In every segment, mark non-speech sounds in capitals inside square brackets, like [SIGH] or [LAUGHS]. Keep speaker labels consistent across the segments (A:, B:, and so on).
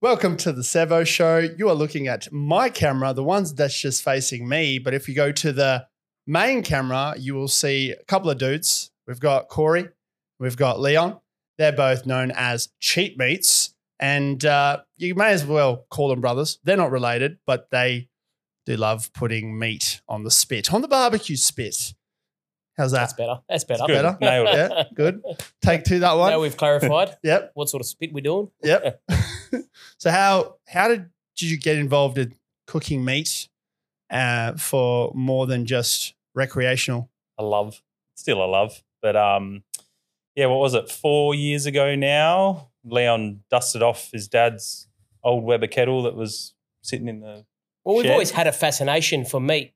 A: Welcome to the Savo Show. You are looking at my camera, the ones that's just facing me. But if you go to the main camera, you will see a couple of dudes. We've got Corey, we've got Leon. They're both known as cheat meats. And uh, you may as well call them brothers. They're not related, but they do love putting meat on the spit, on the barbecue spit. How's
B: That's
A: that?
B: better. That's better.
A: Good. Better?
C: Nailed it.
B: [LAUGHS]
A: Yeah, good. Take two that one.
B: Now we've clarified
A: yep.
B: what sort of spit we're doing.
A: Yep. so how how did did you get involved in cooking meat uh, for more than just recreational?
C: a love, still a love. But um, yeah, what was it? Four years ago now, Leon dusted off his dad's old Weber kettle that was sitting in the.
B: Well, we've
C: Shit.
B: always had a fascination for meat,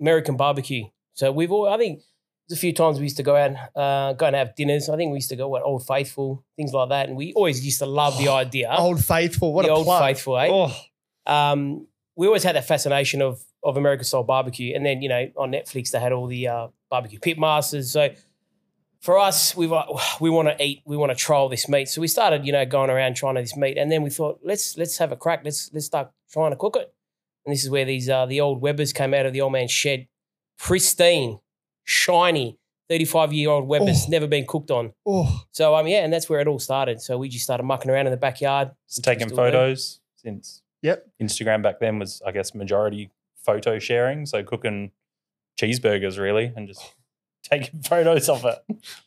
B: American barbecue. So we've all, I think, there's a few times we used to go out, uh, go and have dinners. I think we used to go at Old Faithful, things like that, and we always used to love
A: [GASPS]
B: the idea.
A: Old Faithful, Oh, what
B: the
A: a
B: Old
A: plug!
B: Faithful, eh?
A: Oh,
B: um, we always had that fascination of of American style barbecue, and then you know on Netflix they had all the uh, barbecue pit masters. So for us, we were, we want to eat, we want to trial this meat. So we started, you know, going around trying this meat, and then we thought let's let's have a crack, let's let's start trying to cook it. And this is where these uh, the old Webbers came out of the old man's shed, pristine, shiny, thirty five year old Webbers,
A: Oh.
B: never been cooked on.
A: oh,
B: So um yeah, and that's where it all started. So we just started mucking around in the backyard.
C: It's taking
B: still there.
C: photos since.
A: Yep.
C: Instagram back then was, I guess, majority photo sharing. So cooking cheeseburgers really, and just taking photos of it.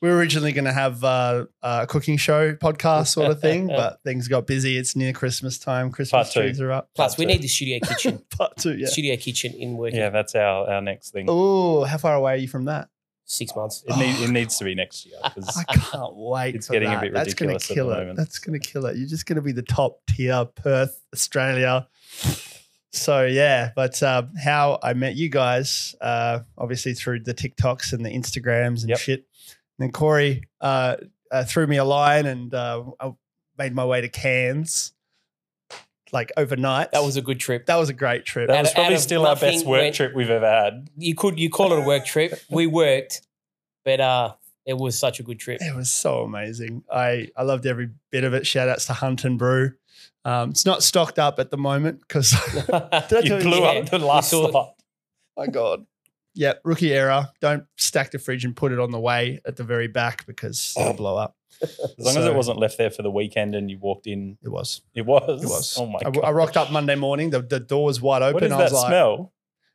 A: we were originally going to have uh, a cooking show podcast sort of thing, but things got busy. It's near Christmas time. Christmas
C: Part two.
A: trees are up.
B: Plus, we
C: That's it.
B: need the studio kitchen.
A: Part two, yeah.
B: studio kitchen in working
C: Yeah, that's our our next thing.
A: Oh, how far away are you from that?
B: six months.
C: It, need, it needs to be next year [LAUGHS] because
A: [LAUGHS] I can't wait.
C: It's
A: for
C: getting a
A: that.
C: bit
A: That's gonna
C: ridiculous at the
A: kill it.
C: moment.
A: That's going to kill it. You're just going to be the top tier Perth, Australia. So yeah, but uh, how I met you guys, uh, obviously through the TikToks and the Instagrams and
C: Yep.
A: shit. And then Corey uh, uh, threw me a line, and uh, I made my way to Cairns like overnight.
B: That was a good trip.
A: that was a great trip.
C: that
B: Out
C: was
B: of-
C: probably
B: out of
C: still our best
B: nothing
C: work
B: went-
C: trip we've ever had.
B: [LAUGHS] You could you call it a work
C: [LAUGHS]
B: trip. We worked, but uh, it was such a good trip.
A: It was so amazing. I, I loved every bit of it. Shout outs to Hunt and Brew. Um, it's not stocked up at the moment because
B: That's
A: Did I
C: You
A: tell you-
C: blew
B: yeah,
C: up the
B: we
C: last
B: saw-
C: lot.
A: My God. Yeah, rookie error. Don't stack the fridge and put it on the way at the very back because it'll blow up.
C: Oh. [LAUGHS] As long as
A: So-
C: it wasn't left there for the weekend and you walked in,
A: It was.
C: it was.
A: It was.
C: Oh my
A: I,
C: god!
A: I rocked up Monday morning. The, the door was wide open.
C: What is
A: I
C: that
A: was like,
C: smell?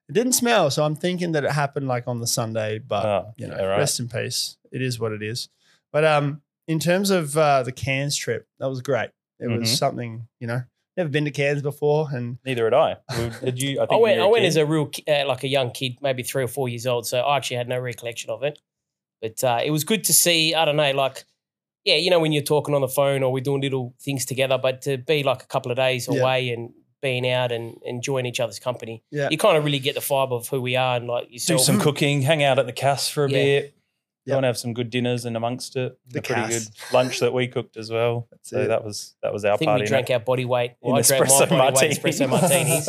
A: it didn't smell. So I'm thinking that it happened like on the Sunday, but
C: Oh,
A: uh, you know,
C: yeah, right.
A: rest in peace. It is what it is. But um, in terms of uh, the Cairns trip, that was great. It was
C: Mhm.
A: something, you know, never been to Cairns before. And
C: Neither had I. We- Did you? I,
B: [LAUGHS]
C: think
B: I went.
C: you
B: I
C: were
B: went
C: kid.
B: as a real ki- uh, like a young kid, maybe three or four years old. So I actually had no recollection of it. But uh, it was good to see. I don't know, like yeah, you know, when you're talking on the phone or we're doing little things together, but to be like a couple of days
A: Yeah.
B: away and being out and enjoying each other's company,
A: Yeah.
B: you kind of really get the vibe of who we are and like
C: do
B: yourself.
C: some cooking, hang out at the cast for a
B: Yeah.
C: bit.
A: Yeah.
C: Go and have some good dinners and amongst it.
A: The
C: a pretty good
A: cast.
C: lunch that we cooked as well.
A: [LAUGHS] that's
C: So
A: it.
C: that was that was our
B: I think
C: party.
B: we drank our body weight.
C: in
B: I drank my
C: espresso
B: body weight
C: martinis.
B: espresso
C: [LAUGHS]
B: martinis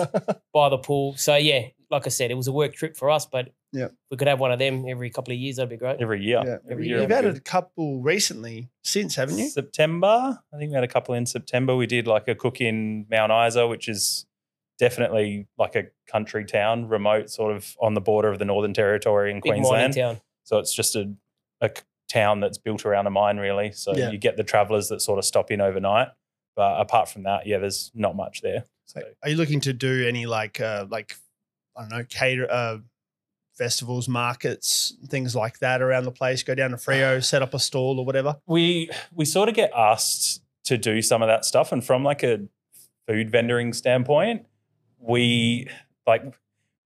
B: by the pool. So yeah, like I said, it was a work trip for us, but
A: Yeah.
B: if we could have one of them every couple of years. That'd be great.
C: every year.
A: Yeah.
B: Every year
A: You've
B: I'm
A: added
C: good.
A: a couple recently since, haven't you?
C: September. I think we had a couple in September. We did like a cook in Mount Isa, which is definitely like a country town, remote, sort of on the border of the Northern Territory and
B: Big mining
C: Queensland.
B: town.
C: So it's just a, a c- town that's built around a mine, really. So
A: Yeah.
C: you get the travelers that sort of stop in overnight. But apart from that, yeah, there's not much there. So
A: Like, are you looking to do any like uh like I don't know cater uh festivals, markets, things like that around the place? Go down to
C: [SIGHS]
A: Frio, set up a stall or whatever.
C: we we sort of get asked to do some of that stuff, and from like a food vendoring standpoint, we like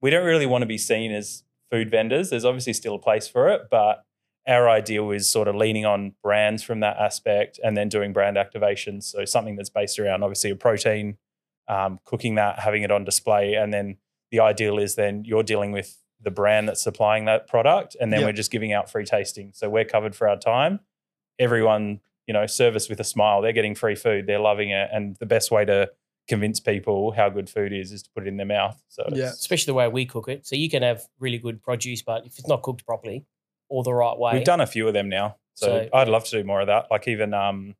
C: we don't really want to be seen as food vendors. There's obviously still a place for it, but our ideal is sort of leaning on brands from that aspect and then doing brand activations. So something that's based around obviously a protein, um, cooking that, having it on display, and then the ideal is then you're dealing with the brand that's supplying that product, and then
A: Yeah.
C: we're just giving out free tasting. So we're covered for our time. Everyone, you know, service with a smile. They're getting free food. They're loving it, and the best way to convince people how good food is is to put it in their mouth. So it's-
A: Yeah.
B: Especially the way we cook it. So you can have really good produce, but if it's not cooked properly or the right way.
C: We've done a few of them now. So,
B: So-
C: I'd love to do more of that. Like even um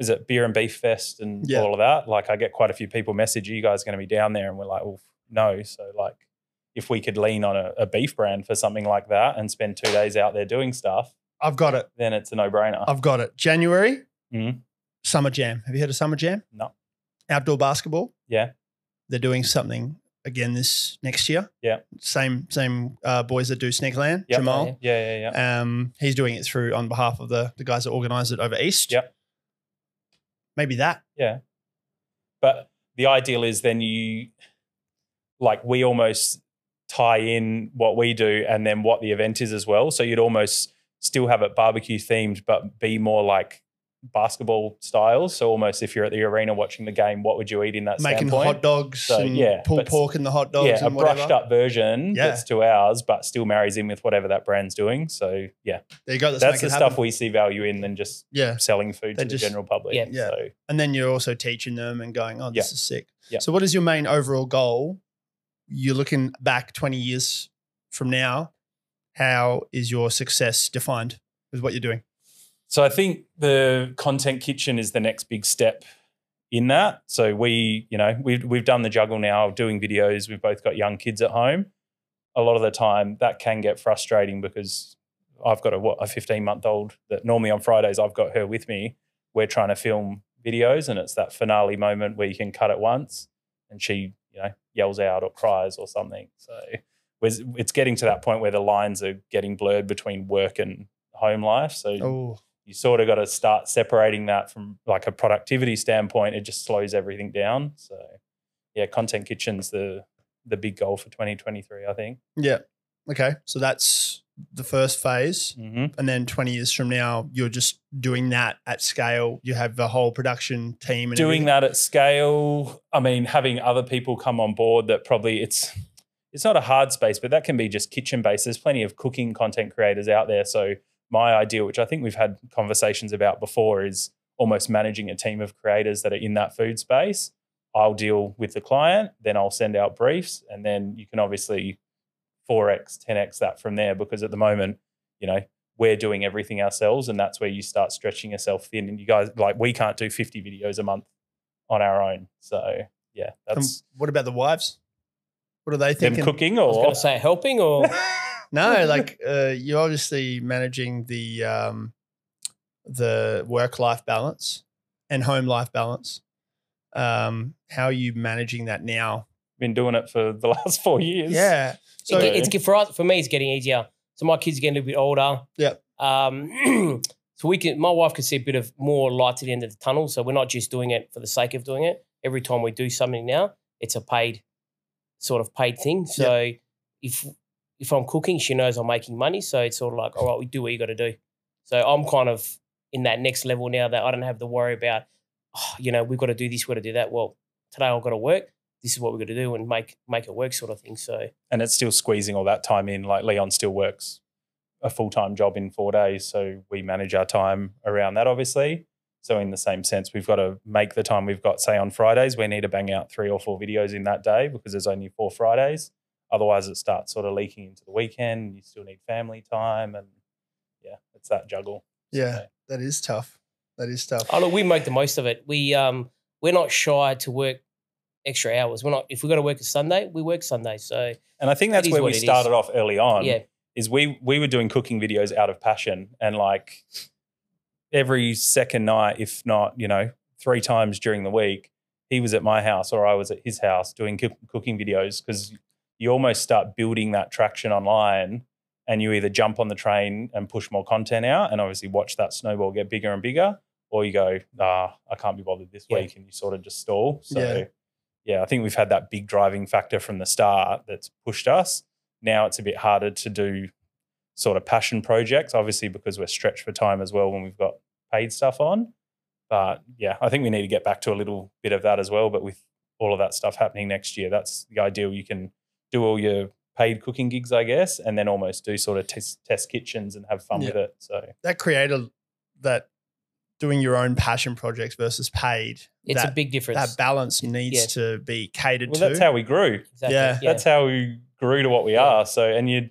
C: is it beer and beef fest and
A: Yeah.
C: all of that. Like I get quite a few people message you guys going to be down there, and we're like, well, no. So like, if we could lean on a, a beef brand for something like that and spend two days out there doing stuff,
A: I've got it.
C: then it's a no brainer.
A: I've got it. January,
C: Mhm.
A: Summer Jam. Have you heard of Summer Jam?
C: No.
A: Outdoor basketball.
C: Yeah.
A: They're doing something again this next year.
C: Yeah.
A: Same same uh, boys that do Sneakland,
C: Yep. Oh,
A: Jamal.
B: Yeah.
C: Yeah, yeah, yeah.
A: Um, he's doing it through on behalf of the, the guys that organise it over East.
C: Yep.
A: Maybe that.
C: But the ideal is then you, like, we almost tie in what we do and then what the event is as well. So you'd almost still have it barbecue themed, but be more like basketball style. So almost if you're at the arena watching the game, what would you eat in that
A: Making
C: standpoint?
A: hot dogs
C: So,
A: and
C: yeah,
A: pulled
C: but-
A: pork in the hot dogs
C: yeah, a
A: and whatever.
C: brushed up version
A: Yeah.
C: that's two hours, but still marries in with whatever that brand's doing. So yeah,
A: There you go. Let's
C: that's
A: make
C: the
A: it
C: stuff
A: happen.
C: we see value in than just
A: yeah.
C: selling food
A: They
C: to
A: just-
C: the general public.
B: Yeah.
A: Yeah.
C: So
A: And then you're also teaching them and going, oh, this is sick.
C: Yeah.
A: So, what is your main overall goal? You're looking back 20 years from now. How is your success defined with what you're doing?
C: So I think the content kitchen is the next big step in that. So we, you know, we've we've done the juggle now of doing videos. We've both got young kids at home. A lot of the time that can get frustrating because I've got a what a 15 month old that normally on Fridays I've got her with me. We're trying to film videos and it's that finale moment where you can cut it once and she, you know, yells out or cries or something. So it's it's getting to that point where the lines are getting blurred between work and home life. So
A: Oh,
C: you sort of got to start separating that from like a productivity standpoint. It just slows everything down. So yeah, content kitchen's the the big goal for 2023, I think.
A: yeah. Okay. So, that's the first phase.
C: Mm-hmm.
A: And then 20 years from now, you're just doing that at scale. You have the whole production team and
C: Doing that at scale. I mean, having other people come on board that probably it's it's not a hard space, but that can be just kitchen based. There's plenty of cooking content creators out there. So my idea, which I think we've had conversations about before, is almost managing a team of creators that are in that food space. I'll deal with the client, then I'll send out briefs, and then you can obviously 4x, 10x that from there because at the moment, you know, we're doing everything ourselves, and that's where you start stretching yourself thin. And you guys, like, we can't do 50 videos a month on our own. So, yeah,
A: And
C: that's
A: Um, what about the wives? What are they
C: them
A: thinking?
C: cooking
B: I was
C: or
B: going to say helping
C: [LAUGHS]
B: or
A: No, like uh, you're obviously managing the um, the work life balance and home life balance. Um, how are you managing that now?
C: been doing it for the [LAUGHS] last four years.
A: Yeah. So
B: It- it's good for us. For me, it's getting easier. So my kids are getting a little bit older.
A: Yep.
B: Um, [CLEARS THROAT] so we can. My wife can see a bit of more light at the end of the tunnel. So we're not just doing it for the sake of doing it. Every time we do something now, it's a paid, sort of paid thing. So if if I'm cooking, she knows I'm making money. So it's sort of like, all right, we do what you got to do. So I'm kind of in that next level now that I don't have to worry about. "Oh, you know, we've got to do this, we've got to do that. Well, today I've got to work. This is what we've got to do and make make it work, sort of thing. So
C: and it's still squeezing all that time in. Like Leon still works a full time job in four days, so we manage our time around that, obviously. So in the same sense, we've got to make the time we've got. Say on Fridays, we need to bang out three or four videos in that day because there's only four Fridays. Otherwise, it starts sort of leaking into the weekend. You still need family time, and yeah, it's that juggle.
A: yeah, that is tough. That is tough.
B: Oh look, we make the most of it. We um we're not shy to work extra hours. We're not if we got to work a Sunday, we work Sunday. So
C: And I think that's
B: is
C: where
B: what
C: we
B: it is.
C: started off early
A: Um,
C: on.
B: yeah,
C: is we we were doing cooking videos out of passion and like every second night if not you know three times during the week he was at my house or i was at his house doing cook- cooking videos because you almost start building that traction online and you either jump on the train and push more content out and obviously watch that snowball get bigger and bigger or you go ah i can't be bothered this
B: Yeah.
C: week and you sort of just stall so
A: Yeah.
C: yeah i think we've had that big driving factor from the start that's pushed us now it's a bit harder to do sort of passion projects, obviously because we're stretched for time as well when we've got paid stuff on. But yeah, I think we need to get back to a little bit of that as well. But with all of that stuff happening next year, that's the ideal. You can do all your paid cooking gigs, I guess, and then almost do sort of test, test kitchens and have fun
A: Yeah.
C: with it. So
A: That creator that doing your own passion projects versus paid.
B: it's
A: that,
B: a big difference.
A: that balance needs
B: Yeah.
A: to be catered
C: well,
A: to.
C: that's how we grew.
B: exactly.
A: yeah,
B: yeah.
C: That's how we grew to what we
B: Yeah.
C: are. So and you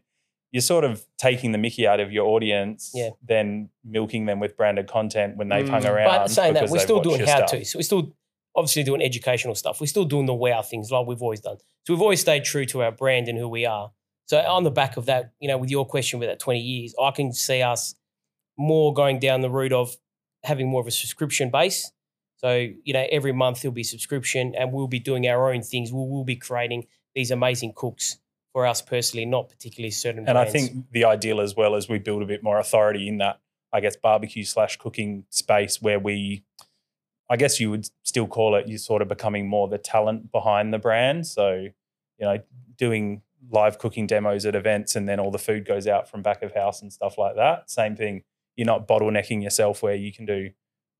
C: you're sort of taking the mickey out of your audience,
B: Yeah.
C: then milking them with branded content when they've hung
A: Mm.
C: around.
B: But saying that,
C: because
B: we're
C: they've
B: still
C: watched
B: doing
C: your
B: how
C: stuff.
B: to. So we're still obviously doing educational stuff. We're still doing the wow things like we've always done. So we've always stayed true to our brand and who we are. So on the back of that, you know, with your question with that 20 years, I can see us more going down the route of having more of a subscription base. So, you know, every month there'll be subscription and we'll be doing our own things. We'll, we'll be creating these amazing cooks for us personally, not particularly certain
C: And I
B: brands.
C: think the ideal as well is we build a bit more authority in that, I guess, barbecue slash cooking space where we, I guess you would still call it, you're sort of becoming more the talent behind the brand. So, you know, doing live cooking demos at events and then all the food goes out from back of house and stuff like that. Same thing. You're not bottlenecking yourself where you can do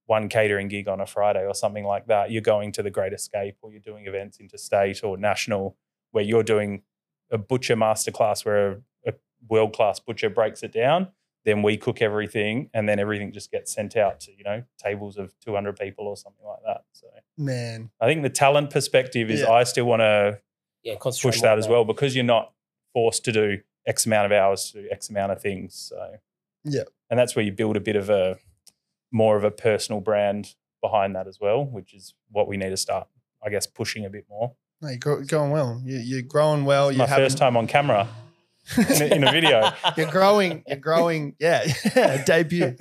C: one catering gig on a Friday or something like that. You're going to the Great Escape or you're doing events interstate or national where you're doing a butcher masterclass where a world class butcher breaks it down. Then we cook everything, and then everything just gets sent out to you know tables of two hundred people or something like that. So
A: Man.
C: I think the talent perspective is
A: Yeah.
C: I still want to
B: yeah, concentrate
C: push
B: more
C: that
B: on
C: as well because you're not forced to do X amount of hours to do X amount of things. So
A: Yeah.
C: and that's where you build a bit of a more of a personal brand behind that as well, which is what we need to start, I guess, pushing a bit more.
A: No, you're gro- going well. You, you're growing well. You're
C: My
A: having,
C: first time on camera
A: [LAUGHS]
C: in a, in a [LAUGHS] video.
A: You're growing. You're growing. Yeah, [LAUGHS] debut.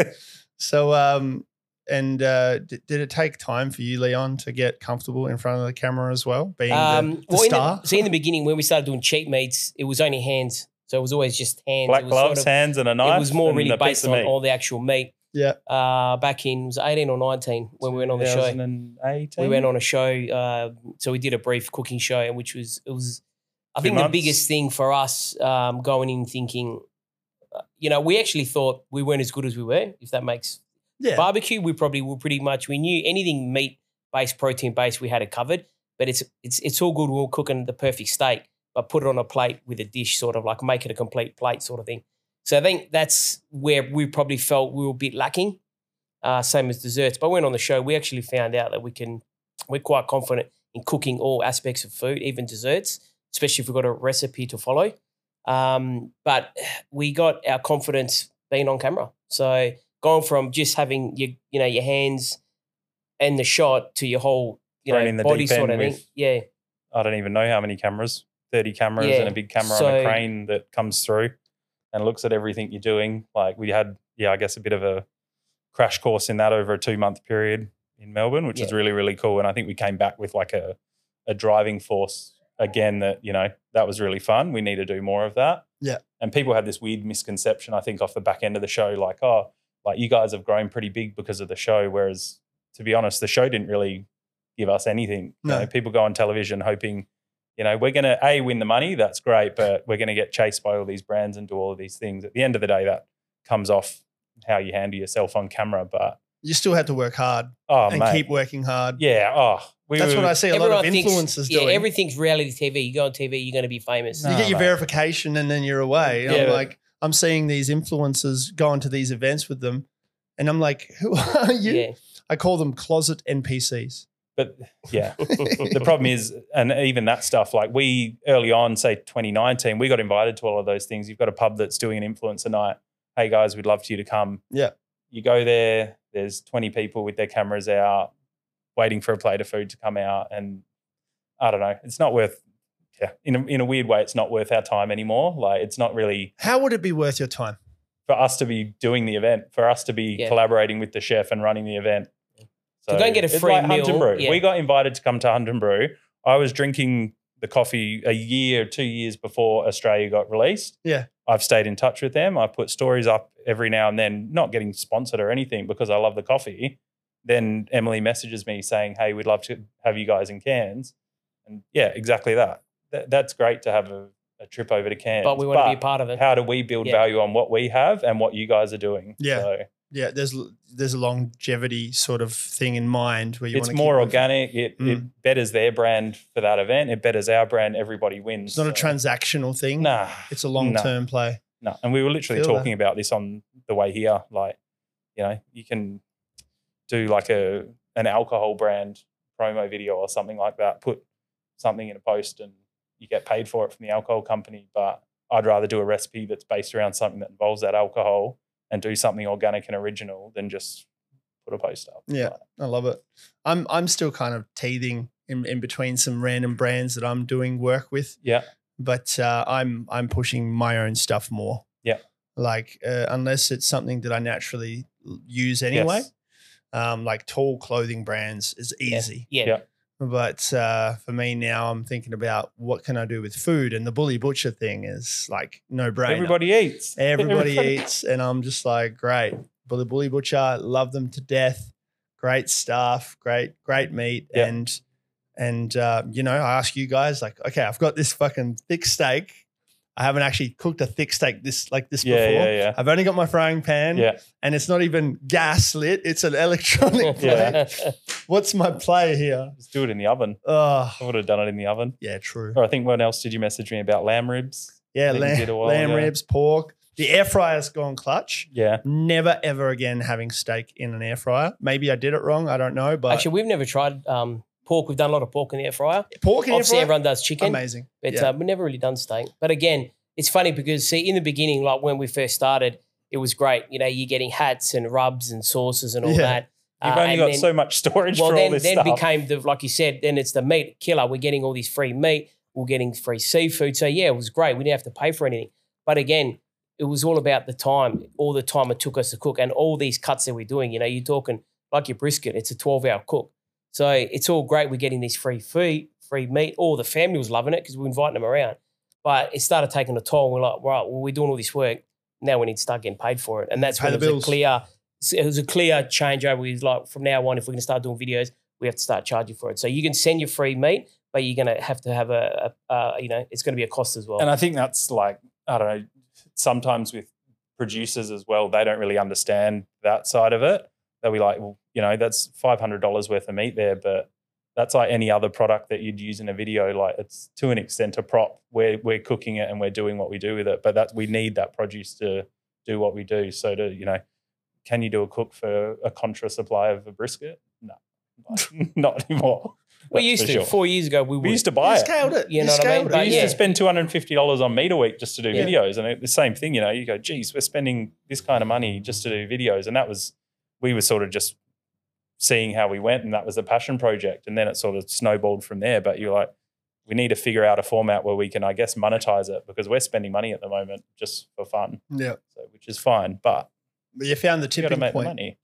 A: So, um, and uh, d- did it take time for you, Leon, to get comfortable in front of the camera as well, being the, the
B: Um, well, in
A: star?
B: so in the beginning, when we started doing cheat meets, it was only hands. So it was always just hands. it
C: Black
B: was
C: gloves,
B: sort of-
C: hands, and a knife.
B: It was more
C: and
B: really
C: a piece
B: based
C: of
B: on
C: meat.
B: all the actual meat.
A: Yeah.
B: Uh, back in was it 18 or 19 when we went on the show.
C: 2018.
B: We went on a show. Uh, so we did a brief cooking show, and which was it was. I
C: Two
B: think
C: months.
B: the biggest thing for us um, going in thinking, uh, you know, we actually thought we weren't as good as we were. If that makes
A: yeah,
B: barbecue, we probably were pretty much we knew anything meat based, protein based, we had it covered. But it's it's it's all good. We We're cooking the perfect steak, but put it on a plate with a dish, sort of like make it a complete plate, sort of thing. So I think that's where we probably felt we were a bit lacking, uh, same as desserts. But when on the show, we actually found out that we can we're quite confident in cooking all aspects of food, even desserts, especially if we've got a recipe to follow. Um, but we got our confidence being on camera. So going from just having your you know your hands and the shot to your whole you
C: Thrown
B: know
C: in the
B: body
C: deep end
B: sort of thing.
C: with
B: Yeah,
C: I don't even know how many cameras, 30 cameras
B: Yeah.
C: and a big camera on a
B: So-
C: crane that comes through and looks at everything you're doing. Like we had, yeah, I guess a bit of a crash course in that over a two month period in Melbourne, which is
B: Yeah.
C: really, really cool. And I think we came back with like a, a driving force again that, you know, that was really fun. We need to do more of that.
A: Yeah.
C: And people had this weird misconception, I think, off the back end of the show, like, oh, like you guys have grown pretty big because of the show. Whereas, to be honest, the show didn't really give us anything. You
A: No.
C: know, people go on television hoping, you know, we're going to A, win the money. That's great. But we're going to get chased by all these brands and do all of these things. At the end of the day, that comes off how you handle yourself on camera. But,
A: you still had to work hard
C: oh,
A: and
C: mate.
A: keep working hard.
C: yeah. Oh, we
A: That's
C: were,
A: what I see a lot of
B: thinks-
A: influencers
B: yeah,
A: doing.
B: everything's reality TV. You go on TV, you're going to be famous.
A: you
C: No,
A: get your
C: mate.
A: verification and then you're away. And
C: Yeah,
A: I'm
C: but-
A: like, I'm seeing these influencers going to these events with them, and I'm like, [LAUGHS] who are you?
B: Yeah,
A: I call them closet NPCs.
C: But yeah, [LAUGHS] the problem is, and even that stuff, like we early on, say 2019, we got invited to all of those things. You've got a pub that's doing an influencer night. Hey guys, we'd love for you to come.
A: Yeah.
C: You go there, there's 20 people with their cameras out, waiting for a plate of food to come out. And I don't know, it's not worth, yeah, in a, in a weird way, it's not worth our time anymore. Like it's not really
A: How would it be worth your time?
C: for us to be doing the event, for us to be
B: Yeah.
C: collaborating with the chef and running the event.
B: To go and get a
C: it's
B: free
C: like Hunt and
B: meal,
C: Brew.
B: yeah.
C: We got invited to come to Hunt and Brew. I was drinking the coffee a year, two years before Australia got released.
A: Yeah.
C: I've stayed in touch with them. I put stories up every now and then, not getting sponsored or anything because I love the coffee. Then Emily messages me saying, Hey, we'd love to have you guys in Cairns. And yeah, exactly that. That- that's great to have a, a trip over to Cairns.
B: but we want to be
C: but
B: a part of it.
C: how do we build
B: Yeah.
C: value on what we have and what you guys are doing?
A: Yeah.
C: So
A: Yeah, there's there's a longevity sort of thing in mind where you
C: it's
A: want to
C: more
A: keep
C: organic. It,
A: Mm.
C: it betters their brand for that event. It betters our brand. Everybody wins.
A: It's not a
C: So,
A: transactional thing.
C: Nah,
A: It's a long term play.
C: No, and we were literally
A: Feel that.
C: talking about this on the way here. Like, you know, you can do like a an alcohol brand promo video or something like that. Put something in a post, and you get paid for it from the alcohol company. But I'd rather do a recipe that's based around something that involves that alcohol and do something organic and original than just put a post up.
A: Yeah. I love it. I'm I'm still kind of teething in, in between some random brands that I'm doing work with.
C: Yeah.
A: But uh, I'm I'm pushing my own stuff more.
C: Yeah.
A: Like uh, unless it's something that I naturally l- use anyway.
C: Yes.
A: Um, like tall clothing brands is easy.
B: Yeah.
C: Yeah.
A: But uh, for me now, I'm thinking about what can I do with food, and the bully butcher thing is like no brainer.
C: Everybody eats.
A: Everybody eats, and I'm just like, great. Bully Bully Butcher, love them to death. Great stuff, great, great meat,
C: Yeah.
A: and and uh, you know, I ask you guys like, okay, I've got this fucking thick steak. I haven't actually cooked a thick steak this like this
C: [LAUGHS] Yeah,
A: before.
C: yeah, yeah.
A: I've only got my frying pan,
C: Yeah.
A: and it's not even gas lit; it's an [LAUGHS] electronic plate.
C: Yeah.
A: What's my play here?
C: Just do it in the oven.
A: Oh,
C: I would have done it in the oven.
A: yeah, true.
C: Or I think what else did you message me about? Lamb ribs.
A: Yeah,
C: I think you did
A: lamb,
C: a while
A: lamb
C: ago.
A: ribs, pork. The air fryer's gone clutch.
C: Yeah.
A: never ever again having steak in an air fryer. Maybe I did it wrong. I don't know, but
B: [LAUGHS] Actually, we've never tried um, pork. We've done a lot of pork in the air fryer.
A: pork in air
B: Obviously,
A: fryer,
B: everyone does chicken,
A: amazing.
B: but
A: Yeah.
B: uh, we've never really done steak. But again, it's funny because see, in the beginning, like when we first started, it was great. You know, you're getting hats and rubs and sauces and all
A: Yeah.
B: that.
C: You've
B: Uh,
C: only
B: and
C: got
B: then-
C: so much storage
B: well,
C: for all
B: then
C: this
B: then
C: stuff.
B: became the like you said. Then it's the meat killer. We're getting all these free meat. We're getting free seafood. So yeah, it was great. We didn't have to pay for anything. But again, it was all about the time, all the time it took us to cook, and all these cuts that we're doing. You know, you're talking like your brisket. It's a 12 hour cook. So it's all great. We're getting these free food, free meat. All the family was loving it because we were inviting them around. But it started taking a toll. We're like, right, well, we're doing all this work. Now we need to start getting paid for it. And that's
A: Pay the
B: when it was
A: bills.
B: a clear, it was a clear changeover. We was like, from now on, if we're going to start doing videos, we have to start charging for it. So you can send your free meat, but you're going to have to have a, a uh, you know, it's going to be a cost as well.
C: And I think that's like, I don't know, sometimes with producers as well, they don't really understand that side of it. They'll be like, well, you know, that's $500 worth of meat there, but that's like any other product that you'd use in a video. Like it's to an extent a prop. We're, we're cooking it and we're doing what we do with it, but that we need that produce to do what we do. So to, you know, can you do a cook for a contra supply of a brisket? No, [LAUGHS] Like, not anymore.
B: we
C: That's
B: used
C: for
B: to,
C: sure.
B: four years ago, we,
C: We
B: would.
C: used to buy
A: you
C: it.
A: scaled it.
B: You
A: You,
B: know what I mean?
A: scaled
B: But
A: it.
C: We used
B: yeah.
C: to spend two hundred and fifty dollars on meat a week just to do
B: Yeah.
C: videos, and it, the same thing, you know. You go, geez, we're spending this kind of money just to do videos, and that was we were sort of just seeing how we went, and that was the passion project, and then it sort of snowballed from there. But you're like, we need to figure out a format where we can, I guess, monetize it because we're spending money at the moment just for fun,
A: Yeah.
C: so which is fine, but
A: But you found the
C: you got to
A: tipping
C: make the
A: point.
C: money.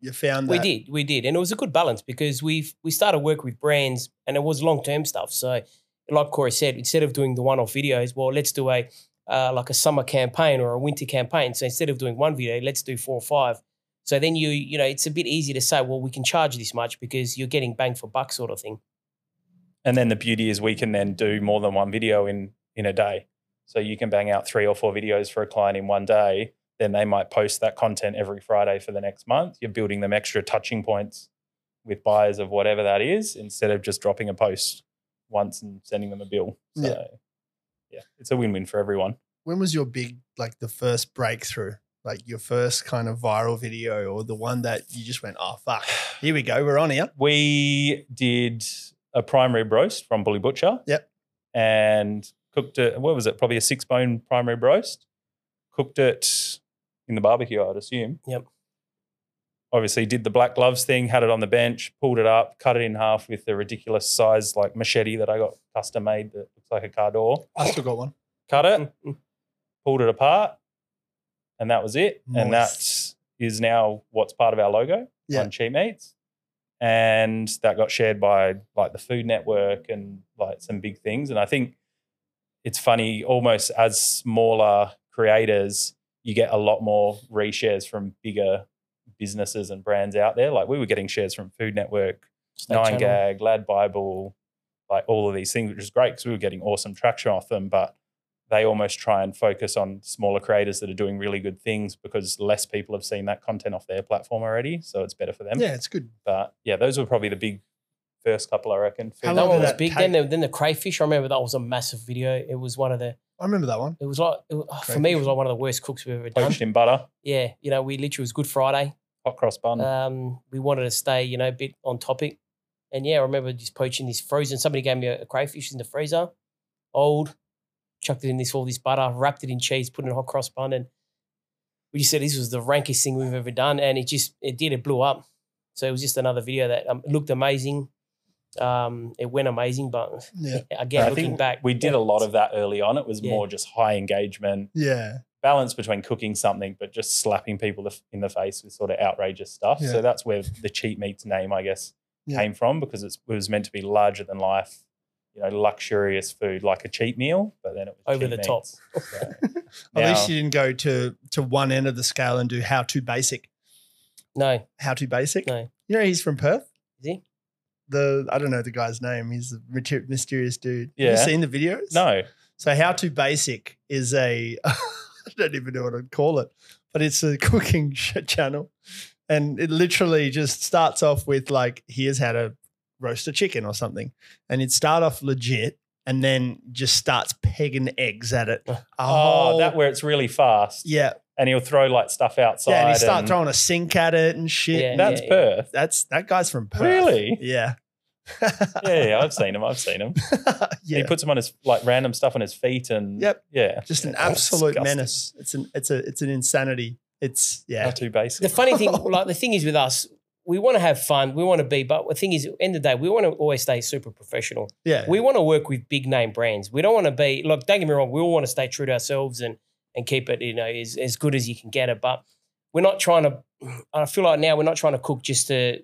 A: You found that.
B: We did, we did, and it was a good balance because we we started work with brands, and it was long term stuff. So, like Corey said, instead of doing the one off videos, well, let's do a uh, like a summer campaign or a winter campaign. So instead of doing one video, let's do four or five. So then you you know it's a bit easier to say, well, we can charge this much because you're getting bang for buck sort of thing.
C: And then the beauty is we can then do more than one video in in a day. So you can bang out three or four videos for a client in one day. Then they might post that content every Friday for the next month. You're building them extra touching points with buyers of whatever that is instead of just dropping a post once and sending them a bill. So yeah, it's a win-win for everyone.
A: when was your big like the first breakthrough? Like your first kind of viral video, or the one that you just went, "Oh fuck, here we go, we're on here."
C: We did a prime rib roast from Bully Butcher.
A: Yep.
C: And cooked it, what was it? Probably a six bone prime rib roast. Cooked it in the barbecue, I'd assume.
B: Yep.
C: Obviously, did the black gloves thing, had it on the bench, pulled it up, cut it in half with the ridiculous size like machete that I got custom made that looks like a car door.
A: I still got one.
C: Cut it,
B: Mm.
C: pulled it apart, and that was it. And that
A: Nice.
C: is now what's part of our logo
A: Yeah.
C: on Cheat Meats. And that got shared by like the Food Network and like some big things. And I think it's funny, almost as smaller creators, you get a lot more reshares from bigger businesses and brands out there. Like we were getting shares from Food Network,
B: Snake
C: Nine
B: Channel.
C: Gag, Lad Bible, like all of these things, which is great because we were getting awesome traction off them. But they almost try and focus on smaller creators that are doing really good things because less people have seen that content off their platform already. So it's better for them.
A: Yeah, it's good.
C: But yeah, those were probably the big first couple, I reckon.
A: How
B: That
A: long
B: one
A: did
B: was
A: that
B: big.
A: take?
B: Then the, then the crayfish. I remember that was a massive video. It was one of the.
A: I remember that one.
B: It was like it was- for me, it was like one of the worst cooks we've ever done.
C: Poached in butter,
B: Yeah, you know, we literally it was Good Friday.
C: hot cross bun.
B: Um, we wanted to stay, you know, a bit on topic. And yeah, I remember just poaching this frozen. Somebody gave me a, a crayfish in the freezer, old, chucked it in this all this butter, wrapped it in cheese, put it in a hot cross bun, and we just said this was the rankest thing we've ever done, and it just it did it blew up. So it was just another video that um, looked amazing. Um, it went amazing, but
A: Yeah.
B: again,
C: I
B: looking
C: think
B: back,
C: we did a lot of that early on. It was
B: Yeah.
C: more just high engagement,
A: Yeah.
C: balance between cooking something, but just slapping people the f- in the face with sort of outrageous stuff.
A: Yeah.
C: So that's where the cheat meats name, I guess,
A: Yeah.
C: came from because it's, it was meant to be larger than life, you know, luxurious food like a cheat meal, but then it was
B: Over
C: cheat
B: the
C: meats.
B: top.
C: So
A: [LAUGHS] At
C: now-
A: least you didn't go to to one end of the scale and do how to basic.
B: no,
A: How to basic.
B: No.
A: You know he's from Perth.
B: Is he?
A: The I don't know the guy's name. He's a mater- mysterious dude. Have
C: Yeah.
A: you seen the videos?
C: no,
A: So how to basic is a [LAUGHS] I don't even know what I'd call it, but it's a [LAUGHS] cooking sh- channel, and it literally just starts off with like here's how to roast a chicken or something, and it start off legit. And then just starts pegging eggs at it. A
C: oh,
A: whole-
C: that where it's really fast,
A: yeah,
C: and he'll throw like stuff outside.
A: yeah. And he start
C: and-
A: throwing a sink at it and shit.
B: Yeah,
C: That's
B: yeah.
C: Perth.
A: That's that guy's from Perth.
C: Really?
A: Yeah. [LAUGHS]
C: Yeah, yeah, I've seen him. I've seen him.
A: yeah.
C: He puts them on his like random stuff on his feet and
A: Yep.
C: yeah,
A: just an
C: Yeah,
A: absolute
C: disgusting.
A: menace. It's an it's a it's an insanity. It's
C: How
A: yeah.
C: too
B: the
C: basic.
B: funny
C: [LAUGHS]
B: thing, like the thing is with us, we want to have fun, we want to be, but the thing is, at the end of the day, we want to always stay super professional.
A: Yeah.
B: We want to work with big name brands. We don't want to be look. Don't get me wrong. We all want to stay true to ourselves and and keep it you know as as good as you can get it. But we're not trying to. I feel like now we're not trying to cook just to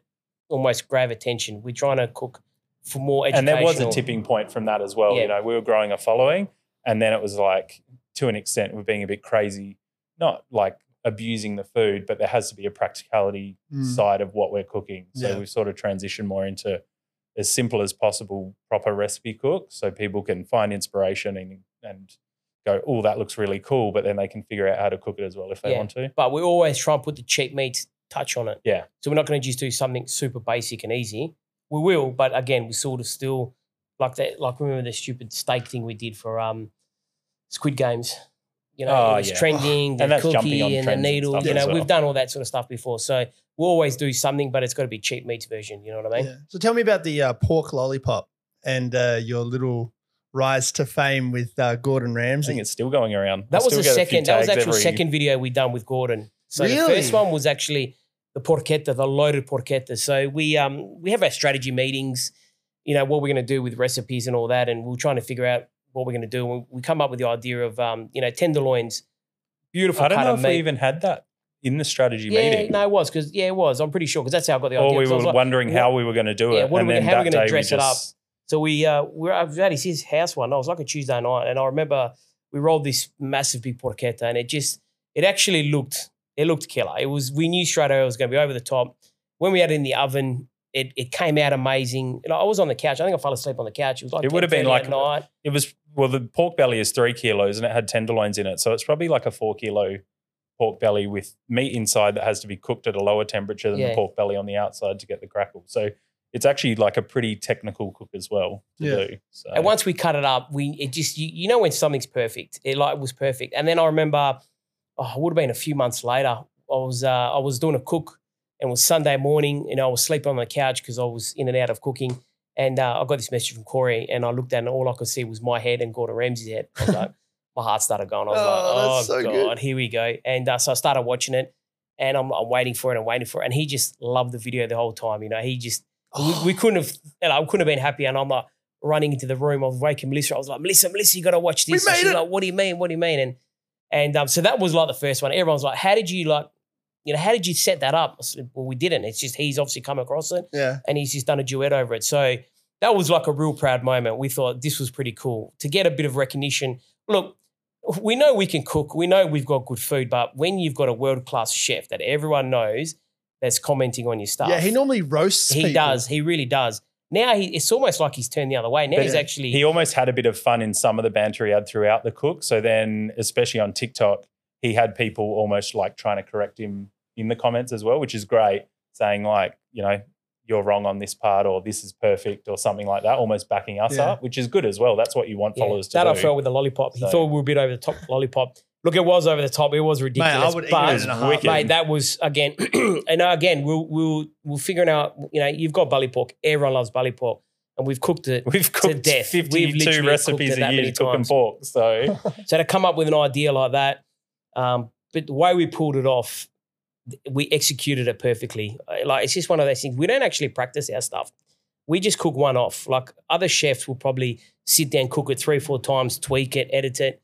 B: almost grab attention. We're trying to cook for more
C: and
B: educational.
C: there was a tipping point from that as well.
B: Yeah.
C: You know, we were growing a following, and then it was like to an extent we're being a bit crazy, not like abusing the food, but there has to be a practicality
A: Mm.
C: side of what we're cooking. So
A: Yeah.
C: we've sort of transitioned more into as simple as possible proper recipe cook, so people can find inspiration and and go, oh, that looks really cool, but then they can figure out how to cook it as well if they
B: Yeah.
C: want to.
B: But we always try and put the cheap meats touch on it.
C: Yeah.
B: So we're not going to just do something super basic and easy. We will, but again, we sort of still like that. Like remember the stupid steak thing we did for um Squid Games. You know,
C: Oh,
B: it was
C: yeah.
B: trending, the
C: And that's jumping
B: cookie
C: on
B: and the
C: trends and
B: needle.
C: stuff
B: you know,
C: as well.
B: we've done all that sort of stuff before. So we'll always do something, but it's got to be cheap meats version. You know
C: eh?
B: what I mean?
A: Yeah. So tell me about the uh, pork lollipop and uh, your little rise to fame with uh, Gordon
C: I think
A: Ramsay.
C: it's still going around. I
B: That was
C: still
B: the
C: get a few
B: second. That was
C: tags
B: actual
C: every-
B: second video we done with Gordon. So the
A: Really?
B: first one was actually the porchetta, the loaded porchetta. So we um we have our strategy meetings, you know, what we're going to do with recipes and all that, and we're trying to figure out what we're going to do. And we come up with the idea of um you know tenderloins, beautiful
C: I don't
B: cut
C: know
B: of
C: if
B: meat.
C: we even had that in the strategy
B: yeah,
C: meeting.
B: no, it was because yeah, it was. I'm pretty sure because that's how I got the
C: or
B: idea.
C: we
B: 'Cause I
C: were
B: was like-
C: wondering how we were going to do
B: Yeah,
C: it.
B: what are
C: and
B: we-
C: then
B: how are we
C: that
B: gonna
C: day
B: dress it
C: we
B: up?
C: just,
B: So we uh, we were I was at his- his house one. night. It was like a Tuesday night, and I remember we rolled this massive big porchetta, and it just it actually looked it looked killer. It was we knew straight away it was going to be over the top. When we had it in the oven, it it came out amazing. And I was on the couch. I think I fell asleep on the couch. It was like
C: It would have been
B: 10:30 at night.
C: like- It was well, the pork belly is three kilos and it had tenderloins in it, so it's probably like a four kilo pork belly with meat inside that has to be cooked at a lower temperature than
B: Yeah.
C: the pork belly on the outside to get the crackle. So it's actually like a pretty technical cook as well to
A: Yeah.
C: do. So
B: And once we cut it up, we it just you, you know when something's perfect, it like was perfect. And then I remember, oh, it would have been a few months later. I was uh, I was doing a cook, and it was Sunday morning, and I was sleeping on the couch because I was in and out of cooking. And uh, I got this message from Corey, and I looked down, and all I could see was my head and Gordon Ramsay's head. I was like, [LAUGHS] my heart started going. I was
A: Oh, that's
B: like, oh
A: so good.
B: god, here we go. And uh, so I started watching it, and I'm, I'm waiting for it, I'm waiting for it, and he just loved the video the whole time. You know, he just
A: Oh, [GASPS]
B: we, we couldn't have, and I couldn't have been happier. And I'm like running into the room. I was waking Melissa. I was like, Melissa, Melissa, you got to watch
A: We
B: this.
A: made
B: And she's
A: it.
B: like, what do you mean? What do you mean? And and um, so that was like the first one. Everyone's like, how did you like, you know, how did you set that up? I said, well, we didn't. It's just he's obviously come across it
A: yeah.
B: and he's just done a duet over it. So that was like a real proud moment. We thought this was pretty cool to get a bit of recognition. Look, we know we can cook, we know we've got good food, but when you've got a world class chef that everyone knows that's commenting on your stuff,
A: Yeah. He normally roasts.
B: he
A: people.
B: does. He really does. Now he, it's almost like he's turned the other way. Now
C: But
B: he's
A: yeah,
B: actually
C: he almost had a bit of fun in some of the banter he had throughout the cook. So then, especially on TikTok, he had people almost like trying to correct him in the comments as well, which is great, saying like, you know, you're wrong on this part or this is perfect or something like that, almost backing us
A: Yeah.
C: up, which is good as well. That's what you want
B: yeah,
C: followers to
B: that
C: do.
B: I felt with the lollipop. He
C: So-
B: thought we were a bit over the top lollipop. Look, it was over the top. It was
A: Mate,
B: ridiculous.
A: I would eat
B: but
A: it in a
C: wicked.
A: heartbeat.
C: Yeah.
B: Mate, that was again, [CLEARS THROAT] and again, we'll we'll we'll figuring out. You know, you've got belly pork. Everyone loves belly pork. and we've cooked it.
C: We've cooked
B: death. We've
C: 52
B: literally cooked
C: recipes
B: it that
C: a year
B: many
C: to cook and
B: times.
C: pork.
B: [LAUGHS]
C: So [LAUGHS]
B: So to come up with an idea like that, um, but the way we pulled it off, th- we executed it perfectly. Uh, Like it's just one of those things. We don't actually practice our stuff. We just cook one off. Like other chefs will probably sit down, cook it three, four times, tweak it, edit it,